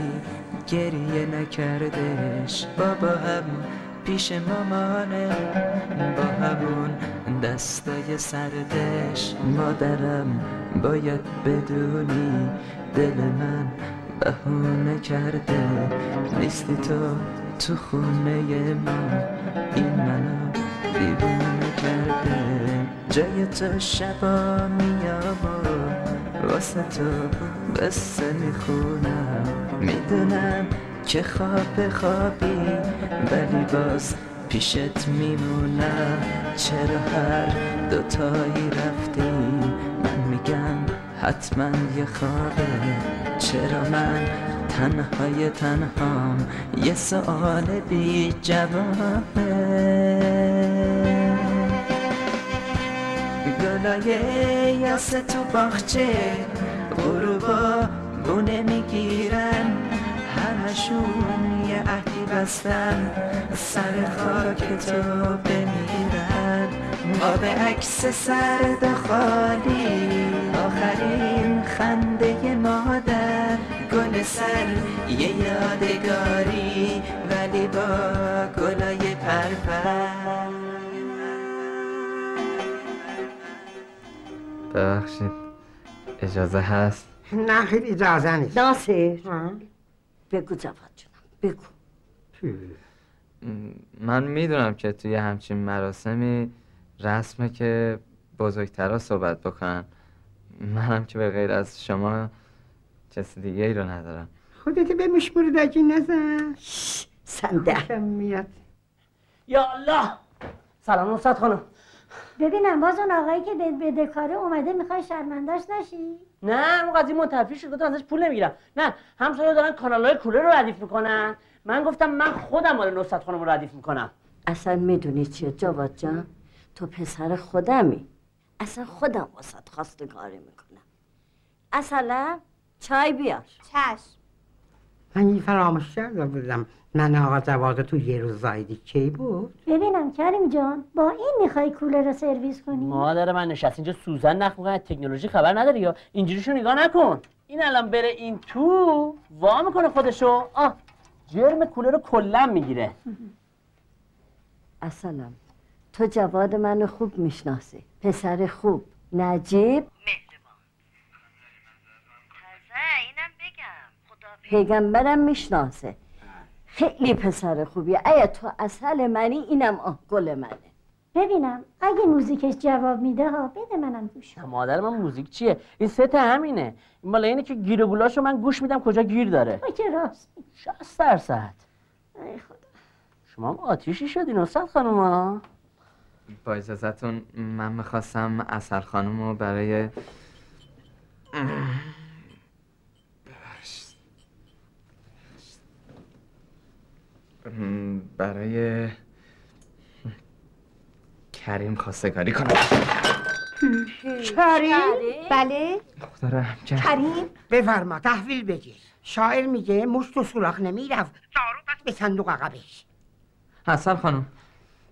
گریه نکردش بابا هم پیش مامانه با همون دستای سردش مادرم باید بدونی دل من بهونه کرده نیستی تو تو خونه ما این منو دیوونه کرده جای تو شبا میام و واسه تو قصه میخونم میدونم که خواب خوابی ولی باز پیشت میمونم چرا هر دوتایی رفتیم من میگم حتما یه خوابه چرا من تنهای تنهام یه سوال بی جوابه گلای یاس تو باغچه غروبا بونه میگیرن همشون یه عهدی بستن سر خاک تو بمیرن آب عکس سرد و خالی آخرین خنده مادر گل سر یه یادگاری ولی با گلای پرپر
ببخشید اجازه هست
نه خیلی اجازه نیست
ناصر بگو جواد جونم بگو
م، من میدونم که توی همچین مراسمی رسمه که بزرگترا صحبت بکنن منم که به غیر از شما کسی دیگه ای رو ندارم
خودت به مشمردگی نزن
سنده
میاد
یا الله سلام نصرت خانم
ببینم باز اون آقایی که به بدهکاره اومده میخوای شرمندش نشی
نه اون قضیه منتفی شد گفتم ازش پول نمیگیرم نه همسایه دارن کانال های کوله رو ردیف میکنن من گفتم من خودم مال نصرت خانم رو ردیف میکنم
اصلا میدونی چیه جواد جان تو پسر خودمی اصلا خودم واسط خواستگاری میکنم اصلا چای بیار
چشم
من این فراموش کرده بودم من آقا جواد تو یه روز زایدی کی بود
ببینم کریم جان با این میخوای کوله رو سرویس کنی
مادر من نشست اینجا سوزن نخ می‌کنه، از تکنولوژی خبر نداری یا اینجوریشو نگاه نکن این الان بره این تو وا میکنه خودشو آه جرم کوله رو کلا میگیره
اصلا تو جواد منو خوب میشناسی پسر خوب نجیب پیغمبرم میشناسه خیلی پسر خوبیه ایا تو اصل منی اینم آه گل منه
ببینم اگه موزیکش جواب میده ها بده منم گوش
مادر من موزیک چیه این ست همینه این بالا اینه که گیر و گلاشو من گوش میدم کجا گیر داره
تو که راست میگی.
60 درصد
ای خدا.
شما هم آتیشی شدین استاد خانم ها
با اجازتون من میخواستم اصل خانم رو برای ببخشید. م، برای کریم خواستگاری کنم
کریم بله
خدا رحم کرد.
کریم
بفرما تحویل بگیر شاعر میگه مشت تو سوراخ نمیرفت دارو بس به صندوق عقبش
اصل خانم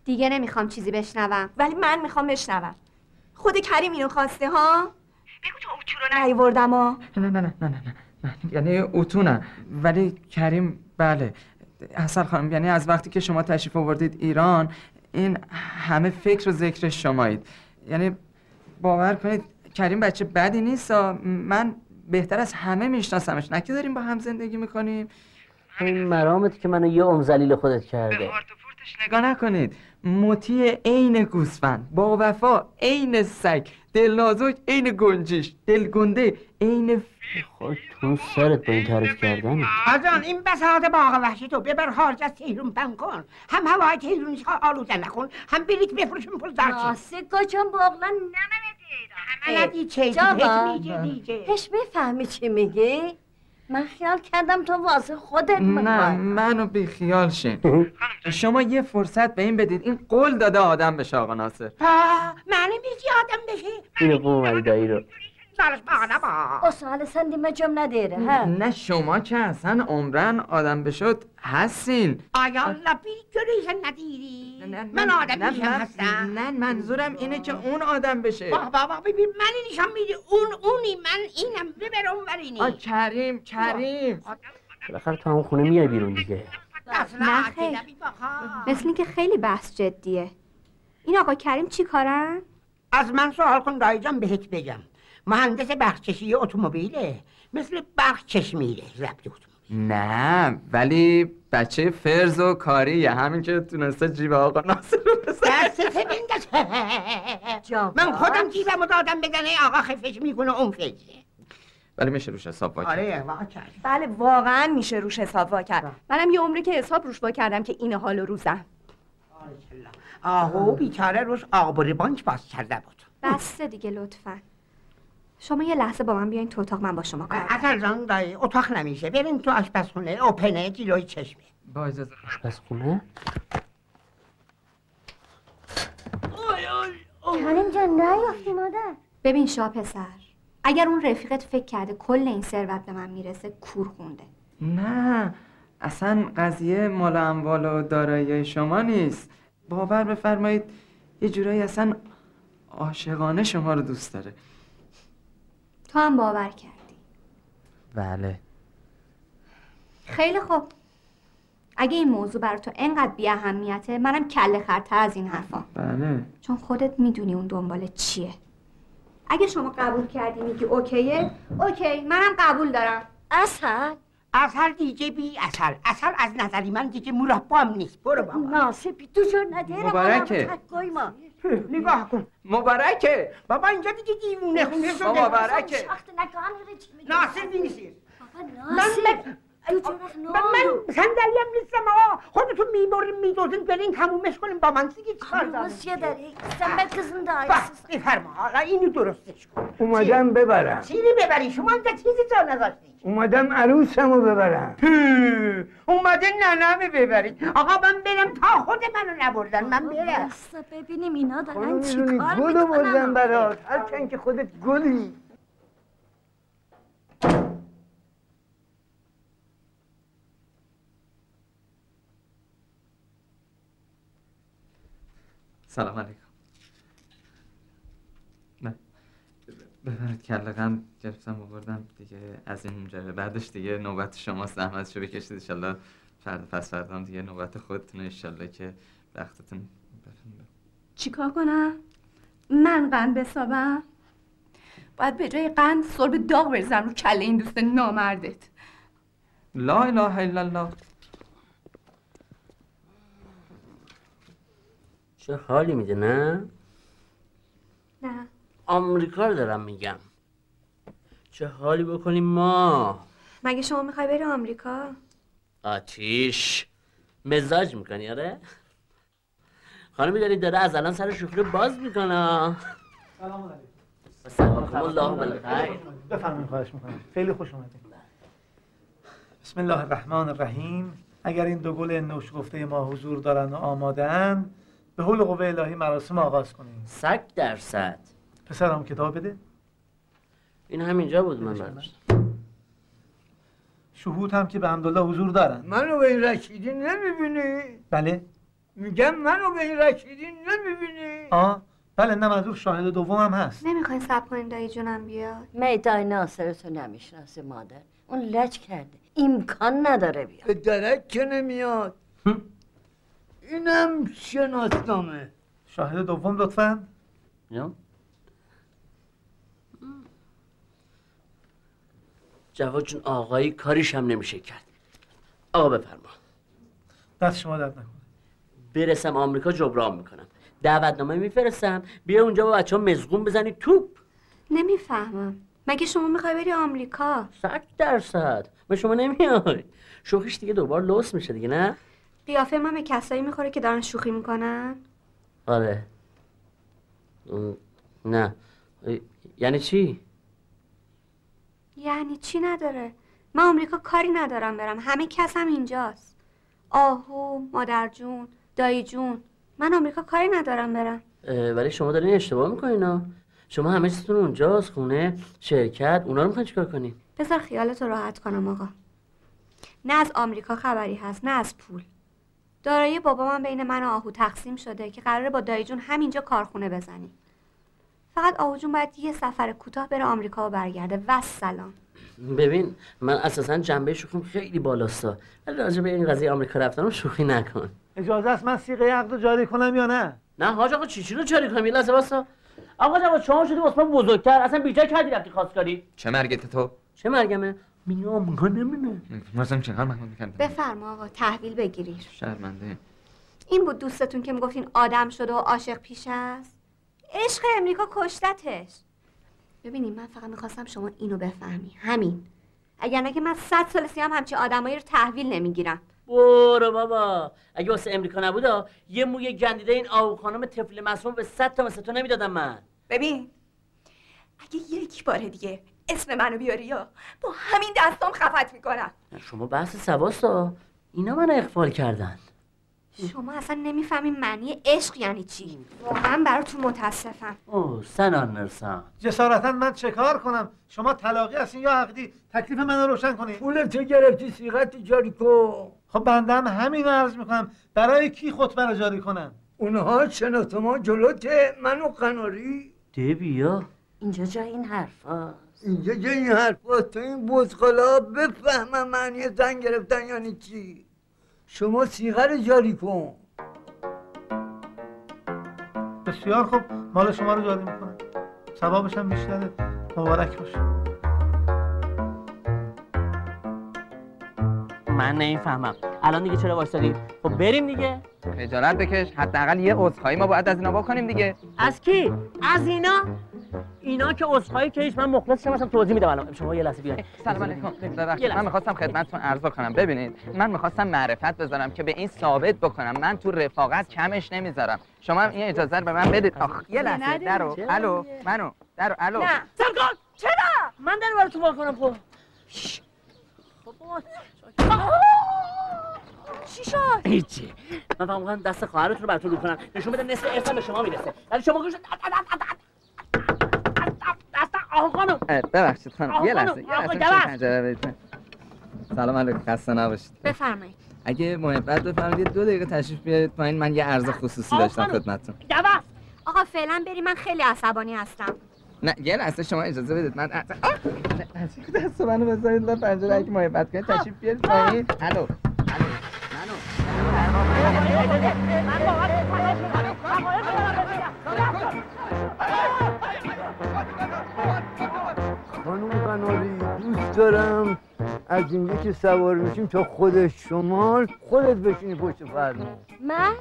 دیگه نمیخوام چیزی بشنوم
ولی من میخوام بشنوم خود کریم اینو خواسته ها بگو تو اوچو رو نیوردم ها
نه نه نه نه نه نه یعنی اتو نه ولی کریم بله اصل خانم یعنی از وقتی که شما تشریف آوردید ایران این همه فکر و ذکر شمایید یعنی باور کنید کریم بچه بدی نیست ها. من بهتر از همه میشناسمش نکه داریم با هم زندگی میکنیم
همین مرامت که منو یه عمر ذلیل خودت کرده
نگاه نکنید مطیع عین گوسفند با وفا عین سگ دل نازک عین گنجش دل گنده عین فیل
خب، تو سرت با این تعریف کردن
آجان این بساط باغ وحشی تو ببر حاجت تهرون بند کن هم هوای تهرونش ها آلوده نکن هم بلیت بفروشون پول درچین
ناسه کجا باقلا
بلدی چه
نمید
دیگه، دیگه، دیگه.
هش بفهمی چی میگی؟ من خیال کردم تو واسه خودت
نه
میخوای
منو بیخیال شین شما یه فرصت به این بدید این قول داده آدم بشه آقا ناصر
آه، معنی میگی آدم بشه
اینو قوم اومدی دایی رو
سالش باغ نبا
او سوال سندی من جم نداره ها
نه شما که اصلا عمرن آدم بشد هستین
آیا الله بیگریشن ندیری من آدم
نه،
میشم
من-
هستم
نه منظورم اینه که اون آدم بشه
بابا بابا ببین من نشان میدی اون اونی من اینم ببر اون برینی
آ کریم کریم
بالاخره تو همون خونه میای بیرون دیگه
نه خیر مثل اینکه خیلی بحث جدیه این آقا کریم چی کارن؟
از من سوال کن دایی جان بهت بگم مهندس بخششی اتومبیله مثل بخشش میره ضبط اتومبیل
نه ولی بچه فرز و کاریه همین که تونسته جیب آقا ناصر رو
دستت بنداز من خودم جیبم دادم بدنه آقا خفش میکنه اون فکره
ولی میشه روش حساب باشه
آره واقعا کرد.
بله
بله.
واقعا میشه روش حساب وا کرد منم یه عمری که حساب روش وا کردم که این حال و روزم
آهو بیچاره روش آقابر بانک باز کرده بود
بسته دیگه لطفا شما یه لحظه با من بیاین تو اتاق من با شما کار دارم.
اگر زن دایی اتاق نمیشه بریم تو آشپزخونه اوپنه جلوی چشمه
با اجازه
آشپزخونه
کریم جان نیافتی مادر
ببین شاه پسر اگر اون رفیقت فکر کرده کل این ثروت به من میرسه کور خونده
نه اصلا قضیه مال و اموال و دارایی شما نیست باور بفرمایید یه جورایی اصلا عاشقانه شما رو دوست داره
تو هم باور کرد
بله
خیلی خوب اگه این موضوع برای تو انقدر بی اهمیته منم کله خرتر از این حرفام
بله
چون خودت میدونی اون دنبال چیه اگه شما قبول کردی میگی اوکیه اوکی منم قبول دارم
اصل اصل دیگه بی اصل اصل از نظری من دیگه مربام نیست برو بابا
ناسبی تو جور ندیرم
مبارکه.
ما
نگاه کن مبارکه بابا اینجا دیگه دیوونه خونه شده
بابا مبارکه.
وقت نگاه میره چی میگه
خب، ناصر نیستی
بابا
من-
ناصر ای جرخ
من من صندلیم نیستم آقا خودتون میبریم میدوزین برین تمومش کنیم با من دیگه چیکار دارم
Kırmızı yeder. Sen ben kızım da
بس بفرما آقا اینو درستش کن
اومدم ببرم
چیزی ببری شما اینجا چیزی جا نذاشتی
اومدم عروسمو ببرم
اومده ننمه ببرید آقا من برم تا خود منو نبردن من برم
Nasıl bebeğim inan
خب،
da
خانم
ben
میدونی
çıkar
گل آوردم برات هرچند که خودت گلی
سلام علیکم نه ببرید کله قند گرفتم آوردم دیگه از این اونجا به بعدش دیگه نوبت شما زحمتشو بکشید ایشالله فردا پس فردا هم دیگه نوبت خودتونه ایشالله که وقتتون
چیکار کنم؟ من قند بسابم؟ باید به جای قند سرب داغ بریزم رو کله این دوست نامردت
لا اله الا الله
چه حالی میده نه
نه
آمریکا رو دارم میگم چه حالی بکنیم ما
مگه شما میخوای بری آمریکا
آتیش مزاج میکنی آره خانم داری داره از الان سر شوخی رو باز میکنه
سلام علیکم
سلام الله بالخیر
بفرمایید خواهش میکنم خیلی خوش اومدید بسم الله الرحمن الرحیم اگر این دو گل نوشگفته ما حضور دارن و آمادن به حول قوه الهی مراسم آغاز کنیم
صد درصد
پسرم کتاب بده
این همینجا بود من برداشتم
شهود هم که به حمدالله حضور دارن
منو به این رشیدی نمیبینی
بله
میگم منو به این رشیدی نمیبینی
آه بله نه منظور شاهد دوم هم هست
نمیخواین صبر کنین دایی جونم بیاد
میدای ناصر تو نمیشناسه مادر اون لج کرده امکان نداره بیاد
به درک که نمیاد اینم شناسنامه
شاهد دوم لطفا
جواد جون آقایی کاریش هم نمیشه کرد آقا بفرما
دست شما درد نکنه
برسم آمریکا جبران میکنم دعوتنامه میفرستم بیا اونجا با بچه ها مزگون بزنی توپ
نمیفهمم مگه شما میخوای بری آمریکا
صد درصد به شما نمیای شوخیش دیگه دوبار لوس میشه دیگه نه
قیافه من به کسایی میخوره که دارن شوخی میکنن
آره م، نه ای- یعنی چی؟
یعنی چی نداره من آمریکا کاری ندارم برم همه کسم اینجاست آهو مادر جون دایی جون من آمریکا کاری ندارم برم
اه، ولی شما دارین اشتباه میکنین ها شما همه چیزتون اونجاست خونه شرکت اونا رو میخواین چیکار کنین
بذار خیالتو راحت کنم آقا نه از آمریکا خبری هست نه از پول دارایی بابامم بین من و آهو تقسیم شده که قراره با دایی جون همینجا کارخونه بزنیم فقط آهو جون باید یه سفر کوتاه بره آمریکا و برگرده و سلام
ببین من اساسا جنبه شوخیم خیلی بالاستا ولی راجع به این قضیه آمریکا رفتنم شوخی نکن
اجازه است من سیغه عقد رو جاری کنم یا نه
نه حاج آقا چی چی رو جاری کنم یه لحظه واسا آقا جواد شما شدی عثمان بزرگتر اصلا بیجا کردی رفتی خواستگاری
چه مرگت تو
چه مرگمه میگه آمریکا نمیدونه
مرزم چقدر محمود میکردم
بفرما آقا تحویل بگیری
شرمنده
این بود دوستتون که میگفتین آدم شده و عاشق پیش است عشق امریکا کشتتش ببینید من فقط میخواستم شما اینو بفهمی همین اگر نه که من صد سال سیام همچین آدمایی رو تحویل نمیگیرم
برو بابا اگه واسه امریکا نبودا یه موی گندیده این آهو خانم طفل مسموم به صد تا مثل تو نمیدادم من
ببین اگه یک بار دیگه اسم منو بیاری یا با همین دستام خفت میکنم
شما بحث سواستا اینا منو اخفال کردن
شما اصلا نمیفهمین معنی عشق یعنی چی واقعا براتون متاسفم
او سنان نرسان
جسارتا من چه کار کنم شما طلاقی هستین یا عقدی تکلیف منو روشن کنید
پول تو گرفتی سیغت جاری کن
خب بنده هم همین عرض میکنم برای کی خطبه رو جاری کنم
اونها شناس ما جلوته منو قناری
دبیا
اینجا جای این حرف
اینجا جای این حرف تو این بزغلا بفهمم معنی زن گرفتن یعنی چی شما سیغه رو جاری کن
بسیار خوب مال شما رو جاری میکنم ثوابش هم بیشتره مبارک باشه
من نمیفهمم الان دیگه چرا وایسادی خب بریم دیگه
خجالت بکش حداقل یه عذرخواهی ما باید از اینا بکنیم دیگه
از کی از اینا اینا که عذرخواهی که هیچ من مخلص شما اصلا توضیح میدم الان شما یه لحظه بیاین
سلام علیکم ببخشید من میخواستم خدمتتون عرض کنم ببینید من میخواستم معرفت بذارم که به این ثابت بکنم من تو رفاقت کمش نمیذارم شما هم این اجازه رو به من بدید آخ یه لحظه
نداریم.
درو
چرا
الو منو درو الو
نه سرکار چرا من در برای تو وا کنم خب
خب،
چی شد؟ هیچی من فهم کنم دست خواهرتون رو براتون رو کنم نشون بده نصف ارسم به شما میرسه ولی شما گوش دست آهو خانم
اه، ببخشید خانم
آقا
یه
خانم،
لحظه یه
آقا
لحظه
جواد.
میشه پنجره برید؟ سلام علیکم خسته نباشید
بفرمایید
اگه محبت بفرمایید دو دقیقه تشریف بیارید پایین من یه عرض خصوصی
آقا
داشتم
خانم.
خدمتتون
جواب
آقا فعلا بری من خیلی عصبانی هستم
نه یه لحظه شما اجازه بدید من آه، آه، نزدیک دست منو بذارید لا پنجره اگه محبت کنید تشریف بیارید پایین الو
خانم قناری دوست دارم از اینجا که سوار میشیم تا خود شمال خودت بشینی پشت فرمون
من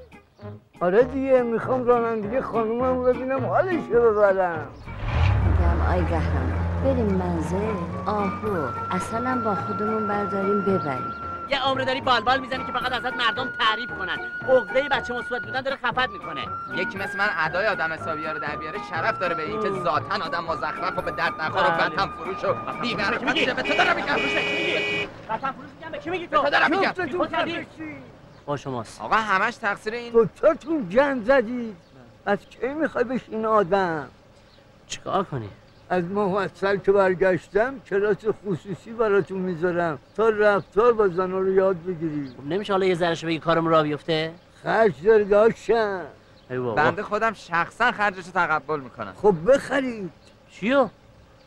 آره دیگه میخوام رانندگی خانومم رو ببینم حالش رو ببرم
میگم آی قهرمان بریم منزل آهو اصلا با خودمون برداریم ببریم
یه عمر داری بالبال میزنی که فقط ازت مردم تعریف کنن عقده بچه مثبت بودن داره خفت میکنه
یکی مثل من ادای آدم حسابیا رو در بیاره شرف داره به اینکه ذاتن آدم مزخرف و به درد نخور و
بله.
وطن فروش و بی‌برکت
چی میگی؟
میشه. به تو دارم میگم
وطن فروش میگم به کی میگی
به تو دارم میگم.
خود کردی؟ با شماست
آقا همش تقصیر این
دوتاتون گند زدید از کی میخوای بشین آدم
چیکار کنی
از محصل که برگشتم کلاس خصوصی براتون میذارم تا رفتار با زنها رو یاد بگیری
نمیشه حالا یه ذرهش بگی کارم را بیفته
خرج داره داشتم
ای بابا.
بنده خودم شخصا خرجش رو تقبل میکنم
خب بخرید
چیو؟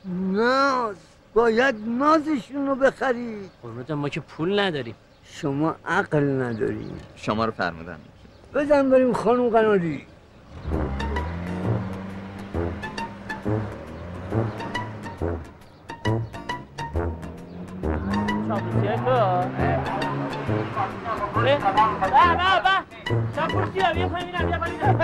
ناز باید نازشون رو بخرید
قربونتم ما که پول نداریم
شما عقل نداریم
شما رو فرمودم
بزن بریم خانم قناری
چاپلوسیه تو اه، به به به چاپلوسی داری، یه پایین بینم، یه پایین بینم.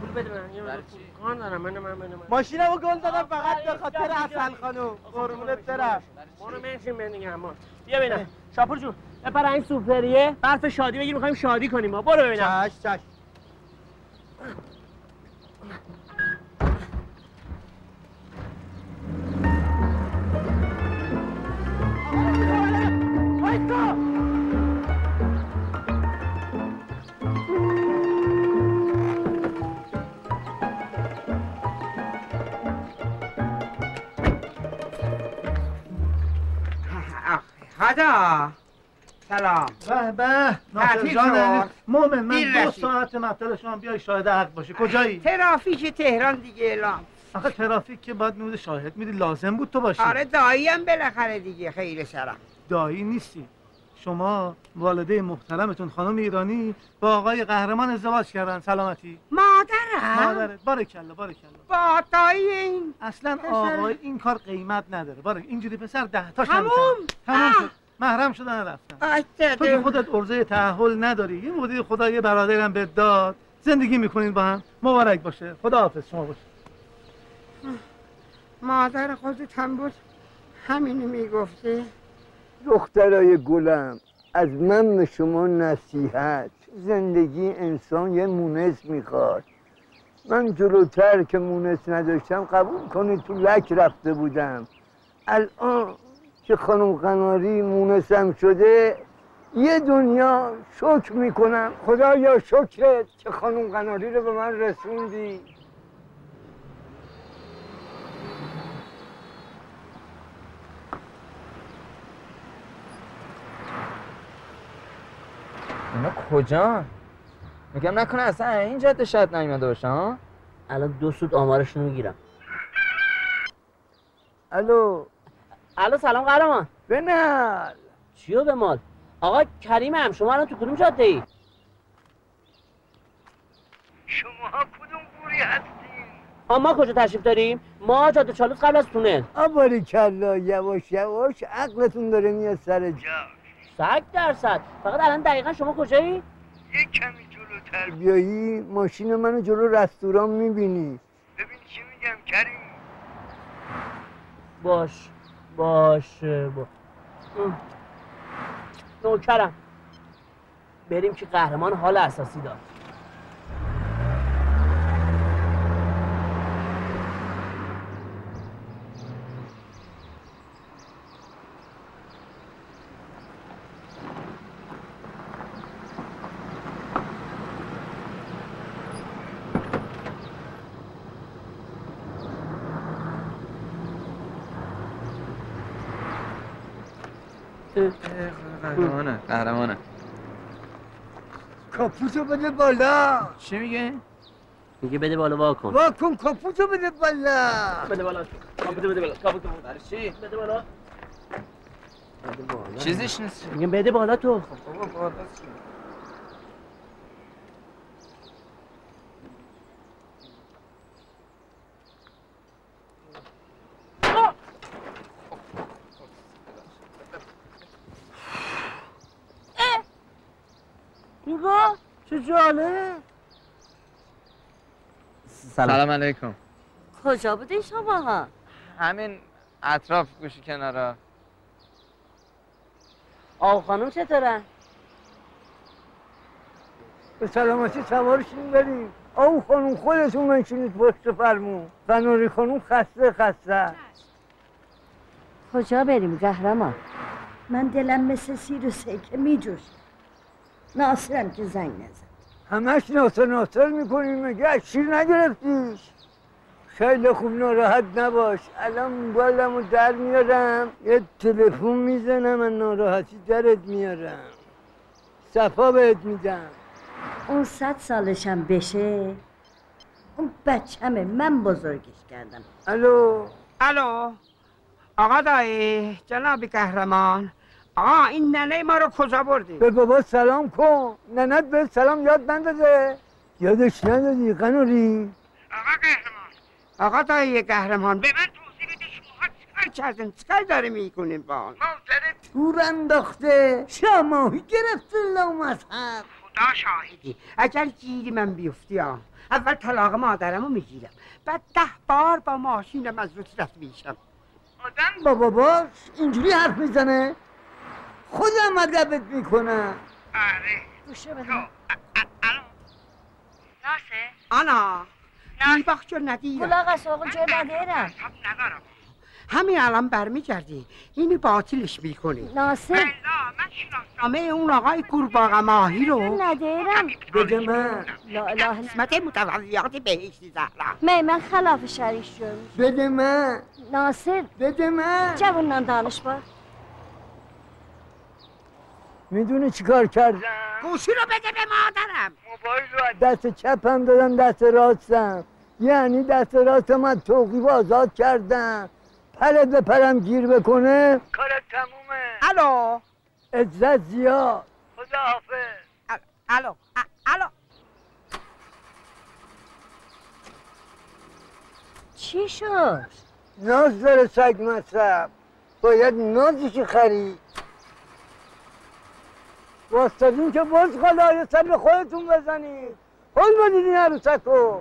پول بده من یه مقدار پول. کار ندارم، من من من من
ماشینمو گل دادم فقط به خاطر اصل خانم قربونت برم
برو منشین من دیگه اما بیا ببینم شاپور جون بپر این سوپریه برف شادی بگیر میخوایم شادی کنیم ما برو ببینم
چش چش
خدا سلام
به به ناصر
تعطیل
جان
شد.
عزیز، مؤمن من
دیر
دو
رسید.
ساعت مطلب شما بیای شاهد حق باشه کجایی
ترافیک تهران دیگه اعلام
آخه ترافیک که باید میبوده شاهد میدی لازم بود تو باشی
آره دایی هم بالاخره دیگه خیر سرم
دایی نیستی شما والده محترمتون خانم ایرانی با آقای قهرمان ازدواج کردن سلامتی
مادرم
مادرت بارکلا بارکلا
با دایی این
اصلا
پسر-
آقای این کار قیمت نداره باره اینجوری پسر ده تاش
تموم؟
نمی‌کنه. تموم
آه.
شد محرم شدن رفتن تو که خودت ارزه تحول نداری یه مدیر خدا یه برادرم به داد زندگی میکنین با هم مبارک باشه خدا حافظ شما باشه
مادر خودت هم بود همینو میگفته
دخترای گلم از من به شما نصیحت زندگی انسان یه مونس میخواد من جلوتر که مونس نداشتم قبول کنید تو لک رفته بودم الان که خانم قناری مونسم شده یه دنیا شکر میکنم خدا یا شکرت که خانم قناری رو به من رسوندی
اینا کجا؟ میگم نکنه اصلا این جاده شاید نیومده باشن ها؟
الان دو سود آمارشون میگیرم
الو
الو سلام قهرمان
بنال
چیو به مال آقا کریمم شما الان تو کدوم جاده ای
شما کدوم گوری هستین
ما کجا تشریف داریم ما جاده چالوس قبل از تونل
آباری کلا یواش یواش عقلتون داره میاد سر جا
صد درصد فقط الان دقیقا شما کجایی
یه کمی جلوتر بیایی ماشین منو جلو رستوران میبینی ببین چی میگم کریم
باش باشه با... ام. نوکرم بریم که قهرمان حال اساسی داد
قهرمانه قهرمانه
کاپوتو بده بالا
چی میگه؟ میگه بده بالا واکن
واکن کاپوتو بده بالا
بده بالا کاپوتو بده بالا کاپوتو برای چی؟ بده بالا
چیزیش نیست
میگم بده بالا تو
بابا بالا چی؟
نگاه چه جاله
سلام. علیکم
کجا بودین شما ها
همین اطراف گوشی کنارا
آقا خانم چطورن
به سلامتی سوارش میبریم آو خانم خودتون منشینید پشت فرمون بناری خانم خسته خسته
کجا بریم قهرمان من دلم مثل سیر و سکه میجوش ناصرم که زنگ نزد
همش ناصر ناصر میکنیم مگه از شیر نگرفتیش خیلی خوب ناراحت نباش الان موبایلمو در میارم یه تلفن میزنم از ناراحتی درت میارم صفا بهت میدم
اون صد سالشم بشه اون بچمه من بزرگش کردم
الو
الو آقا دایی جناب قهرمان آقا این ننه ما رو کجا بردی؟
به بابا سلام کن ننت به سلام یاد نداده یادش ندادی قناری
آقا دایی قهرمان به من توضیح بده شما چیکار کردین چیکار داری میکنین با اون
تور انداخته شماهی گرفته لامصب
خدا شاهدی اگر گیری من بیفتی آم اول طلاق مادرم رو میگیرم بعد ده بار با ماشینم از روز رد میشم
آدم با باباش اینجوری حرف میزنه خودم ادبت میکنم
آره
گوشه بده
ناسه؟ آنا دیباخ جو ندیرم
بلاغش آقا جو ندیرم
خب همین الان برمیگردی اینو باطلش میکنی
ناصر
نامه اون آقای قورباغه ماهی رو
ندیرم
بده من
لا اله الا
قسمت متولیات بهشتی زهرا
من من خلاف شریش جوری
بده من
ناصر
بده من
جوانان دانش با
میدونی چیکار کردم
گوشی رو بده به مادرم
دست چپم دادم دست راستم یعنی دست راستم از توقیف آزاد کردم پرت به پرم گیر بکنه
کارت تمومه الو
عزت زیاد
خدا حافظ الو ا- الو
چی شد
ناز داره سگ مصرف باید نازش خرید واستادین که باز خلای سر به خودتون بزنید حال بدید این عروسکو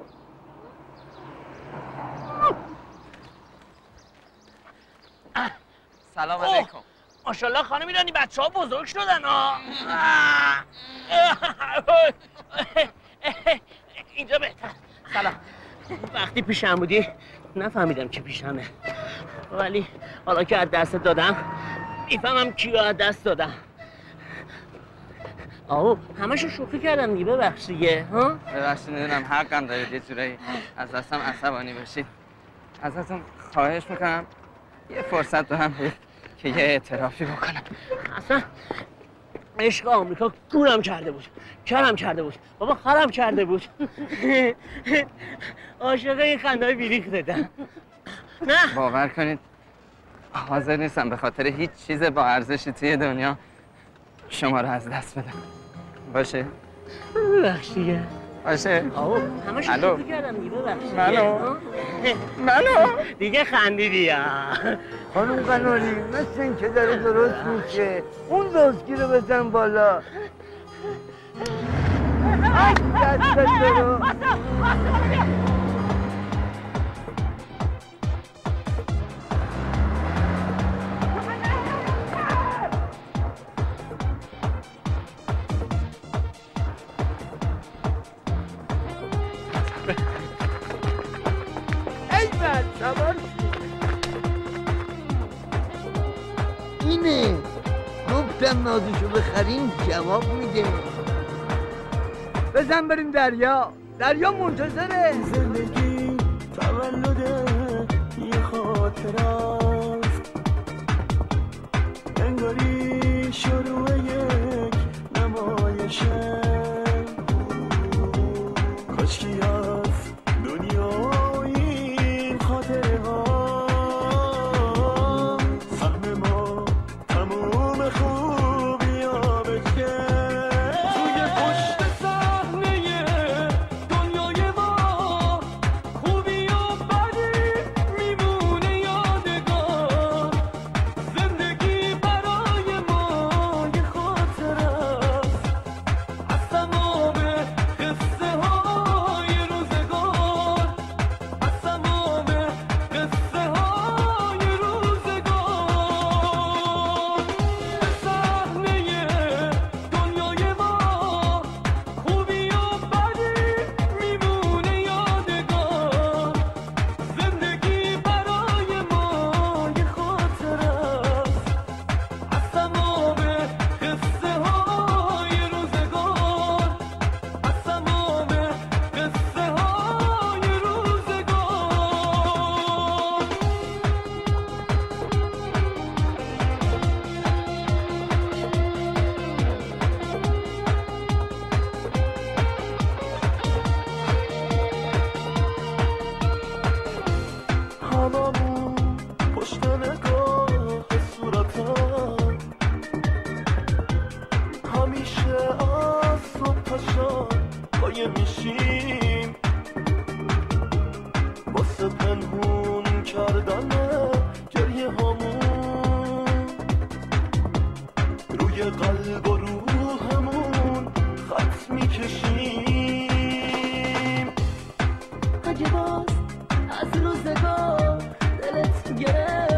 سلام علیکم
ماشاءالله خانم ایرانی بچه ها بزرگ شدن ها اینجا بهتر سلام
وقتی پیشم بودی نفهمیدم که پیشمه ولی حالا که از دست دادم میفهمم کی رو از دست دادم آو همشو شوخی کردم دیگه ببخش دیگه ها
ببخشید میدونم حقم دارید یه جورایی از دستم عصبانی باشید ازتون خواهش میکنم یه فرصت به هم بدید که یه اعترافی بکنم
اصلا عشق آمریکا گورم کرده بود کرم کرده بود بابا خرم کرده بود عاشق این خندهای بیریخ دادم نه
باور کنید حاضر نیستم به خاطر هیچ چیز با ارزشی توی دنیا شما رو از دست بدم باشه
ببخش دیگه
باشه
آو همشو
الو.
شوخی کردم دیگه ببخش دیگه.
منو
منو دیگه خندیدی یا
خانم قناری مثل این که داره درست میشه اون دوستی رو بزن بالا دست برو ای بد سوار شو. اینه گفتم نازشو بخریم جواب میده بزن بریم دریا دریا منتظره
زندگی تولد یه خاطر است انگاری شروع یک نمایشه کاشکی از دنیا این خاطره ها سهم ما تموم خوبیا بچه توی پشت صحنه دنیای ما خوبی و بدی میمونه یادگار زندگی برای ما یه خاطره است از تمام قصه های روزگار از تمام قصه های روزگار صحنه دنیای ما خوبی و بدی میمونه یادگار زندگی برای ما یه خاطره است از تمام قصه های روزگار از تمام قصه های روزگار هممون پشت نگاه صورتم همیشه از صبح تا شب پایه میشیم واسه پنهون کردن گریه هامون روی قلب و روحمون خط میکشیم اگه باز از روزگار دلت گرفت